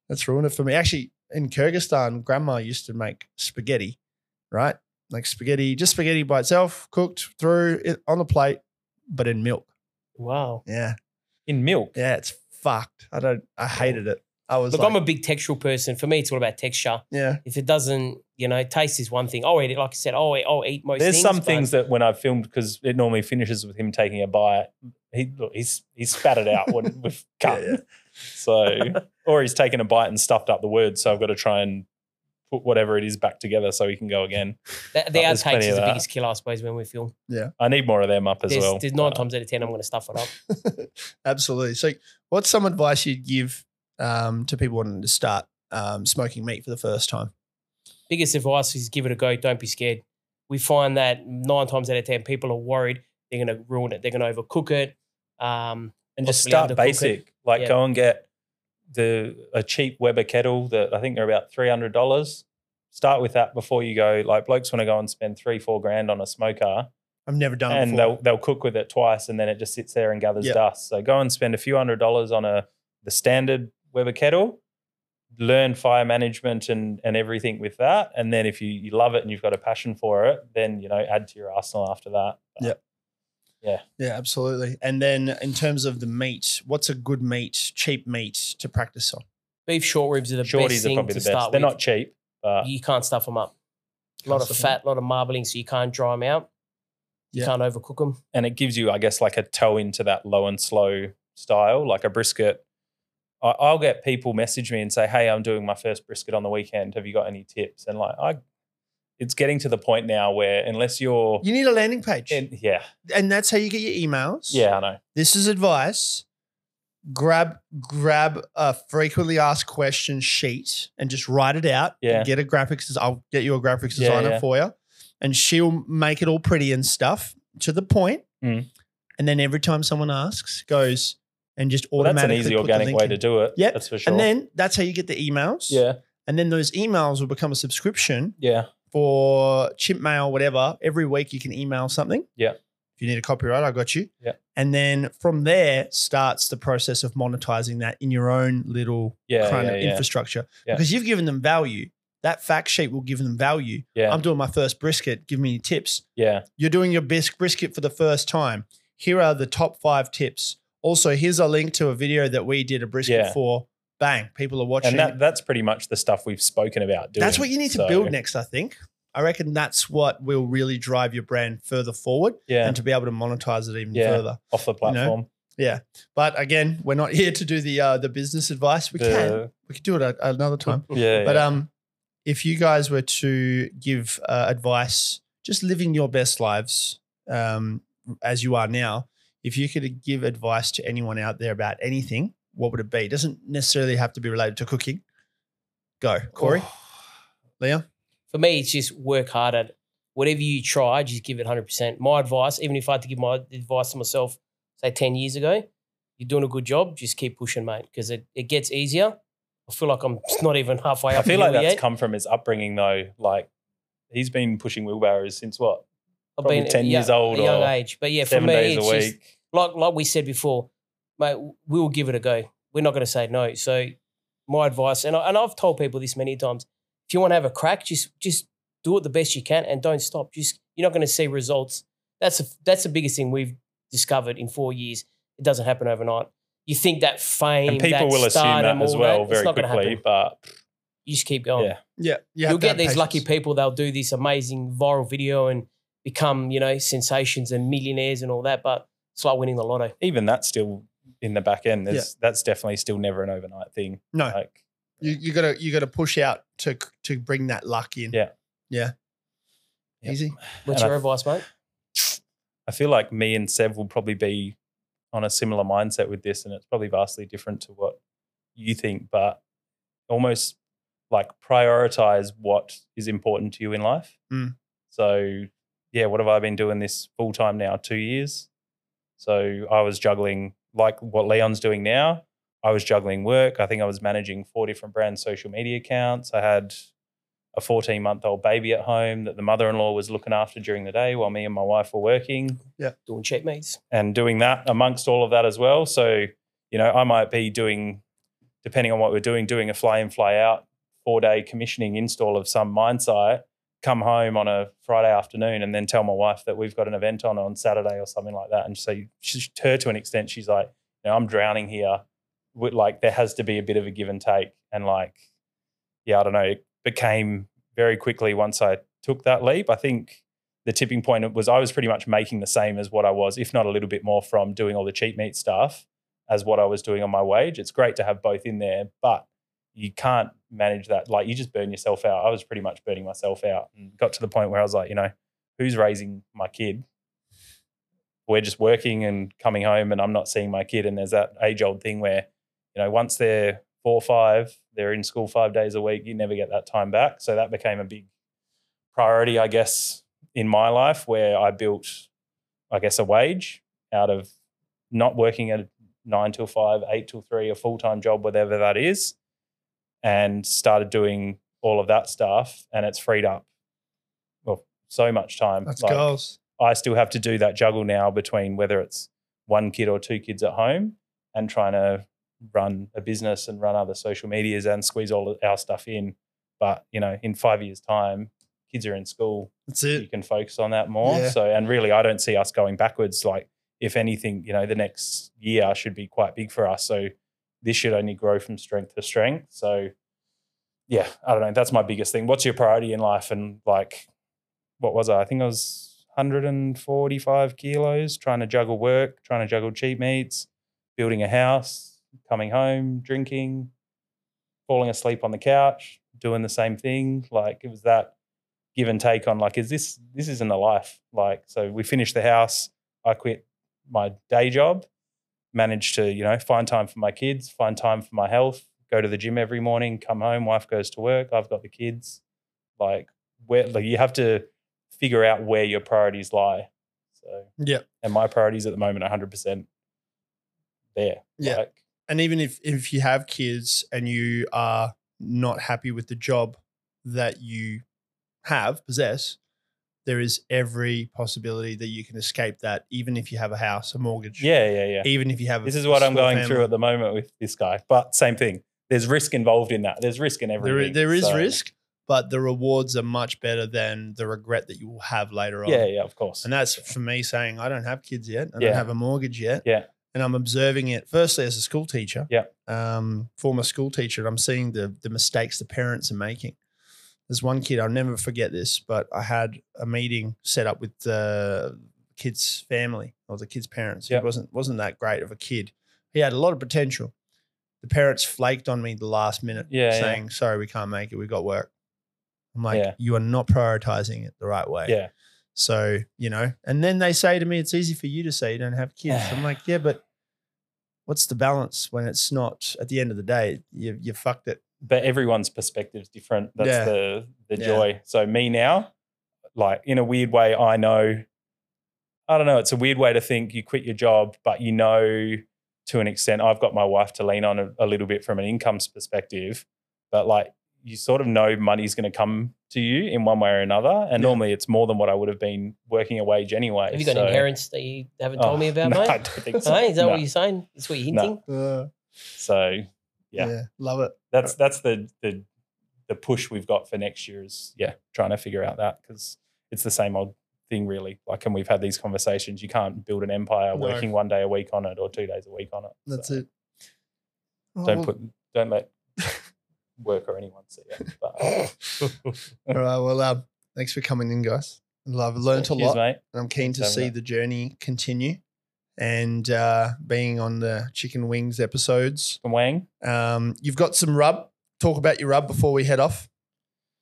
A: That's ruined it for me. Actually, in Kyrgyzstan, grandma used to make spaghetti, right? Like spaghetti, just spaghetti by itself, cooked through it on a plate, but in milk.
B: Wow.
A: Yeah,
C: in milk.
A: yeah, it's fucked. I don't. I hated it. I was
B: Look,
A: like,
B: I'm a big textural person. For me, it's all about texture.
A: yeah.
B: If it doesn't, you know, taste is one thing. I'll eat it. Like I said, I'll eat, I'll eat most
C: There's
B: things.
C: some
B: but
C: things that when I filmed because it normally finishes with him taking a bite. He look, he's he's spat it out
B: [LAUGHS]
C: when we've cut.
A: Yeah, yeah.
C: So or he's taken a bite and stuffed up the words. So I've got to try and put whatever it is back together so he can go again.
B: that, the
C: Oh, there's
B: outtakes
C: plenty
B: is
C: of
B: the
C: that.
B: biggest killer, I suppose, when we film.
C: I need more of them up as
B: There's,
C: well.
B: there's nine
C: Uh,
B: times out of ten, I'm going to stuff it up.
A: [LAUGHS] Absolutely. So, what's some advice you'd give um, to people wanting to start um, smoking meat for the first time?
B: biggest advice is give it a go. Don't be scared. We find that nine times out of ten, people are worried they're going to ruin it. They're going to overcook it. Um,
C: and just
B: possibly
C: start
B: undercook
C: basic. Like
B: Yeah.
C: go and get the a cheap Weber kettle that I think they're about three hundred dollars. Start with that before you go. Like blokes want to go and spend three four grand on a smoker,
A: I've never done it
C: and
A: before.
C: they'll they'll cook with it twice, and then it just sits there and gathers
A: Yeah.
C: dust. So go and spend a few hundred dollars on a the standard Weber kettle. Learn fire management and and everything with that, and then if you, you love it and you've got a passion for it, then you know add to your arsenal after that. But
A: Yeah. yeah, absolutely. And then, in terms of the meat, what's a good meat, cheap meat to practice on?
B: beef short ribs are the best
C: Shorties are
B: thing
C: probably
B: to
C: the
B: start
C: best. They're
B: with.
C: not cheap, but
B: you can't stuff them up. A lot of
A: Constantly.
B: fat, a lot of marbling, so you can't dry them out. You
A: Yeah.
B: can't overcook them.
C: and it gives you, I guess, like a toe into that low and slow style, like a brisket. I, I'll get people message me and say, "Hey, I'm doing my first brisket on the weekend. Have you got any tips?" And like, I, it's getting to the point now where unless you're,
A: You need a landing page, and,
C: and- yeah,
A: that's how you get your emails.
C: yeah, I know.
A: this is advice. Grab grab a frequently asked question sheet and just write it out.
C: Yeah.
A: And get a graphics. des- I'll get you a graphics
C: Yeah,
A: designer
C: yeah.
A: for you, and she'll make it all pretty and stuff to the point.
C: Mm.
A: And then every time someone asks, goes and just
C: Well, that's an
A: automatically.
C: easy
A: put the
C: organic
A: link
C: way
A: in.
C: to do it.
A: Yep.
C: that's for sure.
A: And then that's how you get the emails.
C: yeah,
A: And then those emails will become a subscription
C: yeah,
A: for chip mail, whatever. Every week you can email something.
C: Yeah.
A: If you need a copyright, I got you.
C: Yeah.
A: And then from there starts the process of monetizing that in your own little
C: yeah,
A: kind
C: yeah,
A: of
C: yeah.
A: infrastructure
C: Yeah.
A: because you've given them value. That fact sheet will give them value.
C: yeah,
A: I'm doing my first brisket. Give me any tips.
C: yeah.
A: You're doing your best brisket for the first time. Here are the top five tips. Also, here's a link to a video that we did a brisket
C: Yeah.
A: for. Bang, people are watching.
C: And that that's pretty much the stuff we've spoken about. Doing.
A: That's what you need to
C: So,
A: build next, I think. I reckon that's what will really drive your brand further forward
C: Yeah,
A: and to be able to monetize it even
C: Yeah.
A: further.
C: off the
A: know,
C: platform.
A: But again, we're not [LAUGHS] here to do the uh, the business advice. We can
C: The-
A: we can do it at another time.
C: yeah,
A: But
C: yeah.
A: um, if you guys were to give uh, advice, just living your best lives um, as you are now, if you could give advice to anyone out there about anything, what would it be? doesn't necessarily have to be related to cooking.
B: Oh.
A: Go,
C: Oh.
A: Corey, Leon.
B: For me, it's just work hard at whatever you try, just give it 100%. My advice, even if I had to give my advice to myself, say 10 years ago, you're doing a good job, just keep pushing, mate, because it, it gets easier. I feel like I'm [LAUGHS] not even halfway up.
C: I feel
B: the
C: like
B: hill
C: that's
B: yet.
C: come from his upbringing, though. Like he's been pushing wheelbarrows since what?
B: I've
C: probably 10
B: yeah,
C: years old
B: a young
C: or
B: age. But yeah, for
C: Seven
B: me,
C: days a
B: it's
C: week.
B: just like like we said before, mate, we'll give it a go. We're not going to say no. So my advice, and I, and I've told people this many times, if you want to have a crack, just just do it the best you can and don't stop. Just you're not going to see results. That's a, that's the biggest thing we've discovered in four years. It doesn't happen overnight. You think that fame,
C: and people
B: that
C: will assume
B: stardom,
C: that as
B: all
C: well
B: it's
C: very
B: not gonna
C: quickly.
B: happen.
C: But
B: You just keep going
C: Yeah.
A: Yeah. You have
B: you'll
A: to
B: get
A: have
B: these lucky
A: patience.
B: people they'll do this amazing viral video and become you know sensations and millionaires and all that but it's like winning the lotto
C: even that's still in the back end. There's, That's definitely still never an overnight thing.
A: No.
C: Like
A: You, you gotta you gotta push out to to bring that luck in.
C: Yeah.
A: Yeah.
C: Yep.
A: Easy.
B: what's
C: And
B: your
C: I-
B: advice mate
C: I feel like me and Sev will probably be on a similar mindset with this, and it's probably vastly different to what you think, but almost like prioritize what is important to you in life.
A: Mm.
C: So, yeah, what have I been doing this full time now? Two years. So, I was juggling like what Leon's doing now. I was juggling work. I think I was managing four different brands' social media accounts. I had a 14 month old baby at home that the mother in law was looking after during the day while me and my wife were working
B: doing checkmates
C: and doing that amongst all of that as well. So, you know, I might be doing, depending on what we're doing, doing a fly in, fly out, four day commissioning install of some mine site, come home on a Friday afternoon and then tell my wife that we've got an event on on Saturday or something like that. And so she, her to an extent, she's like, you know, I'm drowning here. Would- Like there has to be a bit of a give and take. And like, yeah, I don't know, it became very quickly once I took that leap. I think the tipping point was I was pretty much making the same as what I was, if not a little bit more from doing all the cheap meat stuff as what I was doing on my wage. It's great to have both in there, but you can't manage that. Like you just burn yourself out. I was pretty much burning myself out and got to the point where I was like, you know, who's raising my kid? We're just working and coming home and I'm not seeing my kid. And there's that age old thing where, you know, once they're four or five, they're in school five days a week, you never get that time back. So that became a big priority, I guess, in my life where I built, I guess, a wage out of not working at a nine till five, eight till three, a full time job, whatever that is, and started doing all of that stuff. And it's freed up, well, so much time.
A: That's
C: Like,
A: goals.
C: I still have to do that juggle now between whether it's one kid or two kids at home and trying to run a business and run other social medias and squeeze all of our stuff in. But, you know, in five years' time, kids are in school
A: That's
C: you
A: it.
C: can focus on that more.
A: Yeah.
C: So, and really, I don't see us going backwards. Like, if anything, you know, the next year should be quite big for us. So, this should only grow from strength to strength. So, yeah, I don't know. That's my biggest thing. What's your priority in life? And like, what was I? I think I was 145 kilos trying to juggle work, trying to juggle cheap meats, building a house, coming home, drinking, falling asleep on the couch, doing the same thing. Like, it was that give and take on like is this this isn't a life like so we finished the house i quit my day job managed to you know find time for my kids find time for my health go to the gym every morning come home wife goes to work i've got the kids like where like you have to figure out where your priorities lie so
A: Yeah.
C: and my priorities at the moment are 100% there
A: Yeah.
C: like,
A: and even if if you have kids and you are not happy with the job that you have possess there is every possibility that you can escape that even if you have a house a mortgage
C: yeah yeah yeah
A: even if you have a
C: this is what i'm
A: small
C: going
A: family.
C: through at the moment with this guy but same thing there's risk involved in that there's risk in
A: there, i-
C: everything
A: there is
C: So-
A: risk but the rewards are much better than the regret that you will have later on
C: Yeah, yeah, of course.
A: and that's for me saying i don't have kids yet i
C: Yeah.
A: don't have a mortgage yet
C: Yeah.
A: and i'm observing it firstly as a school teacher
C: Yeah.
A: um, former school teacher and i'm seeing the the mistakes the parents are making there's one kid i'll never forget this but i had a meeting set up with the kid's family or the kid's parents
C: Yeah.
A: he wasn't wasn't that great of a kid he had a lot of potential the parents flaked on me the last minute
C: Yeah, yeah.
A: saying sorry we can't make it we've got work i'm like
C: Yeah.
A: you are not prioritizing it the right way
C: yeah,
A: so, you know, and then they say to me, it's easy for you to say you don't have kids.
C: [SIGHS]
A: I'm like, yeah, but what's the balance when it's not at the end of the day? You, you fucked it.
C: but everyone's perspective's different. That's
A: Yeah.
C: the the
A: Yeah.
C: joy. So me now, like in a weird way, I know. I don't know. It's a weird way to think. You quit your job, but you know, to an extent, I've got my wife to lean on a, a little bit from an income perspective. But like, you sort of know money's going to come to you in one way or another. And
A: Yeah.
C: normally, it's more than what I would have been working a wage anyway.
B: Have you got
C: So-
B: an inheritance that you haven't told
C: Oh,
B: me about,
C: [LAUGHS] no, I
B: mate?
C: don't think so.
B: Huh? Is that
C: No.
B: what you're saying? That's what you're
C: No.
B: hinting?
A: Uh,
C: So
A: yeah.
C: Yeah.
A: love it.
C: that's that's the the the push we've got for next year is yeah trying to figure out that because it's the same old thing really like and we've had these conversations you can't build an empire
A: No.
C: working one day a week on it or two days a week on it
A: That's
C: So
A: it. Oh,
C: don't
A: well-
C: put don't let [LAUGHS] work or anyone see it
A: [LAUGHS]
C: but
A: All right. Well, um, thanks for coming in, guys. Love. Learned a
C: Cheers,
A: lot.
C: mate
A: and I'm keen to
C: Having
A: see
C: it.
A: the journey continue. And uh, being on the chicken wings episodes,
C: from wang
A: um, you've got some rub. Talk about your rub before we head off.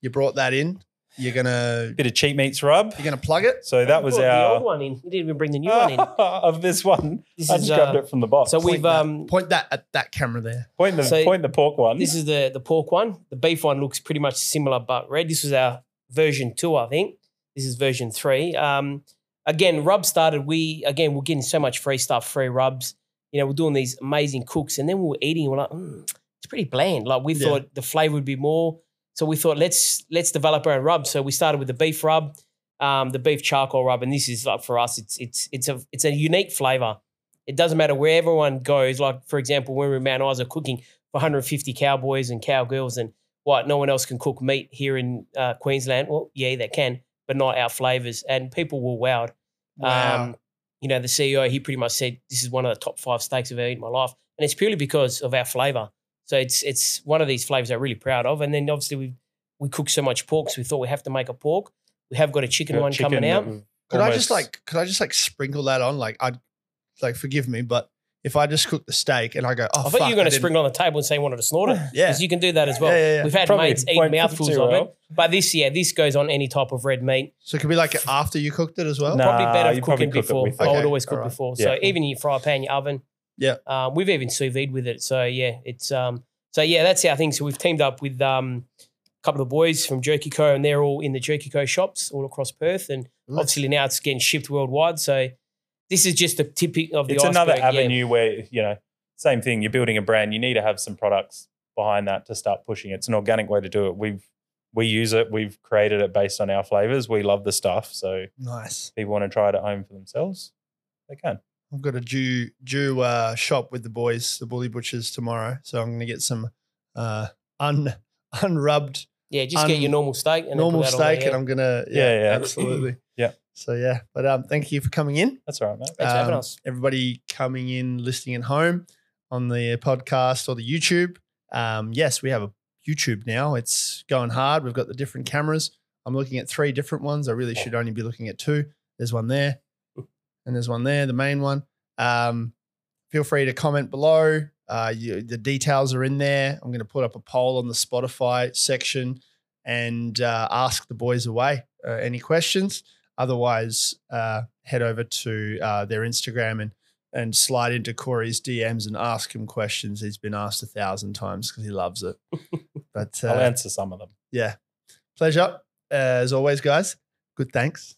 A: You brought that in. You're gonna
C: bit of cheap meats rub
A: you're gonna plug it.
C: so that was
B: You brought the old
C: our
B: one in. You didn't even bring the new one
C: [LAUGHS]
B: in.
C: of this one
B: This
C: i
B: is
C: just grabbed
B: uh,
C: it from the box
B: so
A: Point
B: we've
A: that-
B: um
A: Point that at that camera there.
C: point the
B: so
C: point the pork one
B: this is the the pork one. The beef one looks pretty much similar, but red. This was our version two, I think. This is version three. Um, again, rub started. We again we're getting so much free stuff, free rubs. You know, we're doing these amazing cooks, and then we were eating. We're like, mm, it's pretty bland. Like we
A: Yeah.
B: thought the flavor would be more. So we thought let's let's develop our own rub. So we started with the beef rub, um, the beef charcoal rub, and this is like for us, it's it's it's a it's a unique flavor. It doesn't matter where everyone goes. Like for example, when we were in Mount Isa cooking for 150 cowboys and cowgirls and what no one else can cook meat here in uh, Queensland. Well, yeah, they can, but not our flavors. And people were wowed. Um,
A: Wow.
B: you know, the CEO he pretty much said this is one of the top five steaks I've ever eaten in my life, and it's purely because of our flavor. So it's it's one of these flavors I'm really proud of. And then obviously we we cook so much pork, so we thought we have to make a pork. We have got a chicken
C: Got
B: one
C: chicken
B: coming
C: that
B: out.
C: we've
A: could I just
C: almost-
A: like could I just like sprinkle that on? Like I'd like forgive me, but if I just cook the steak and I go, oh,
B: I
A: fuck,
B: thought you were going
A: I
B: to
A: didn't-
B: spring it on the table and say you wanted to snort it.
A: [LAUGHS] Yeah.
B: Because you can do that as well.
A: Yeah, yeah, yeah.
B: We've had
C: Probably
B: mates eat
C: won't fit
B: mouthfuls
C: too
B: of
C: well.
B: it. But this, yeah, this goes on any type of red meat.
A: So it could be like after you cooked it as well.
C: No.
B: probably
C: Nah,
B: better
C: you
B: off
C: probably
B: cooking
C: cook it
B: before.
C: with
B: I
A: it.
B: would always cook
A: Okay,
B: before.
C: alright.
B: So even in your fry pan, your oven.
A: Yeah.
B: Um, we've even sous vide with it. So yeah, it's um. So yeah, that's our thing. So we've teamed up with um, a couple of the boys from Jerky Co. And they're all in the Jerky Co. shops all across Perth. And
A: Nice.
B: obviously now it's getting shipped worldwide. So this is just the tipping of the
C: it's
B: iceberg.
C: another
B: yeah.
C: avenue where you know same thing you're building a brand you need to have some products behind that to start pushing it. it's an organic way to do it we've we use it we've created it based on our flavors we love the stuff so if
A: Nice.
C: people want to try it at home for themselves they can
A: I've got a Jew Jew uh, shop with the boys, the Bully Butchers tomorrow, so I'm going to get some uh, un unrubbed
B: Yeah, just get
C: Um,
A: un-
B: your normal steak and then put
A: normal
B: that on there,
A: steak,
B: yeah.
A: and I'm going to
C: Yeah, yeah.
B: [CLEARS THROAT]
A: absolutely
C: Yeah.
A: So yeah, but um, thank you for coming in.
C: that's all right mate
B: Thanks for having
A: Um,
B: us.
A: Everybody coming in, listening at home on the podcast or the YouTube. Um, yes, we have a YouTube now. It's going hard. We've got the different cameras. I'm looking at three different ones. I really should only be looking at two. There's one there, and there's one there, the main one. Um, feel free to comment below. Uh, you, the details are in there. I'm going to put up a poll on the Spotify section and uh, ask the boys away uh, any questions. Otherwise, uh, head over to uh, their Instagram and and slide into Corey's DMs and ask him questions. He's been asked a thousand times because he loves it. But
C: i'll
A: uh,
C: answer some of them
A: yeah, pleasure uh, as always, guys. Good thanks.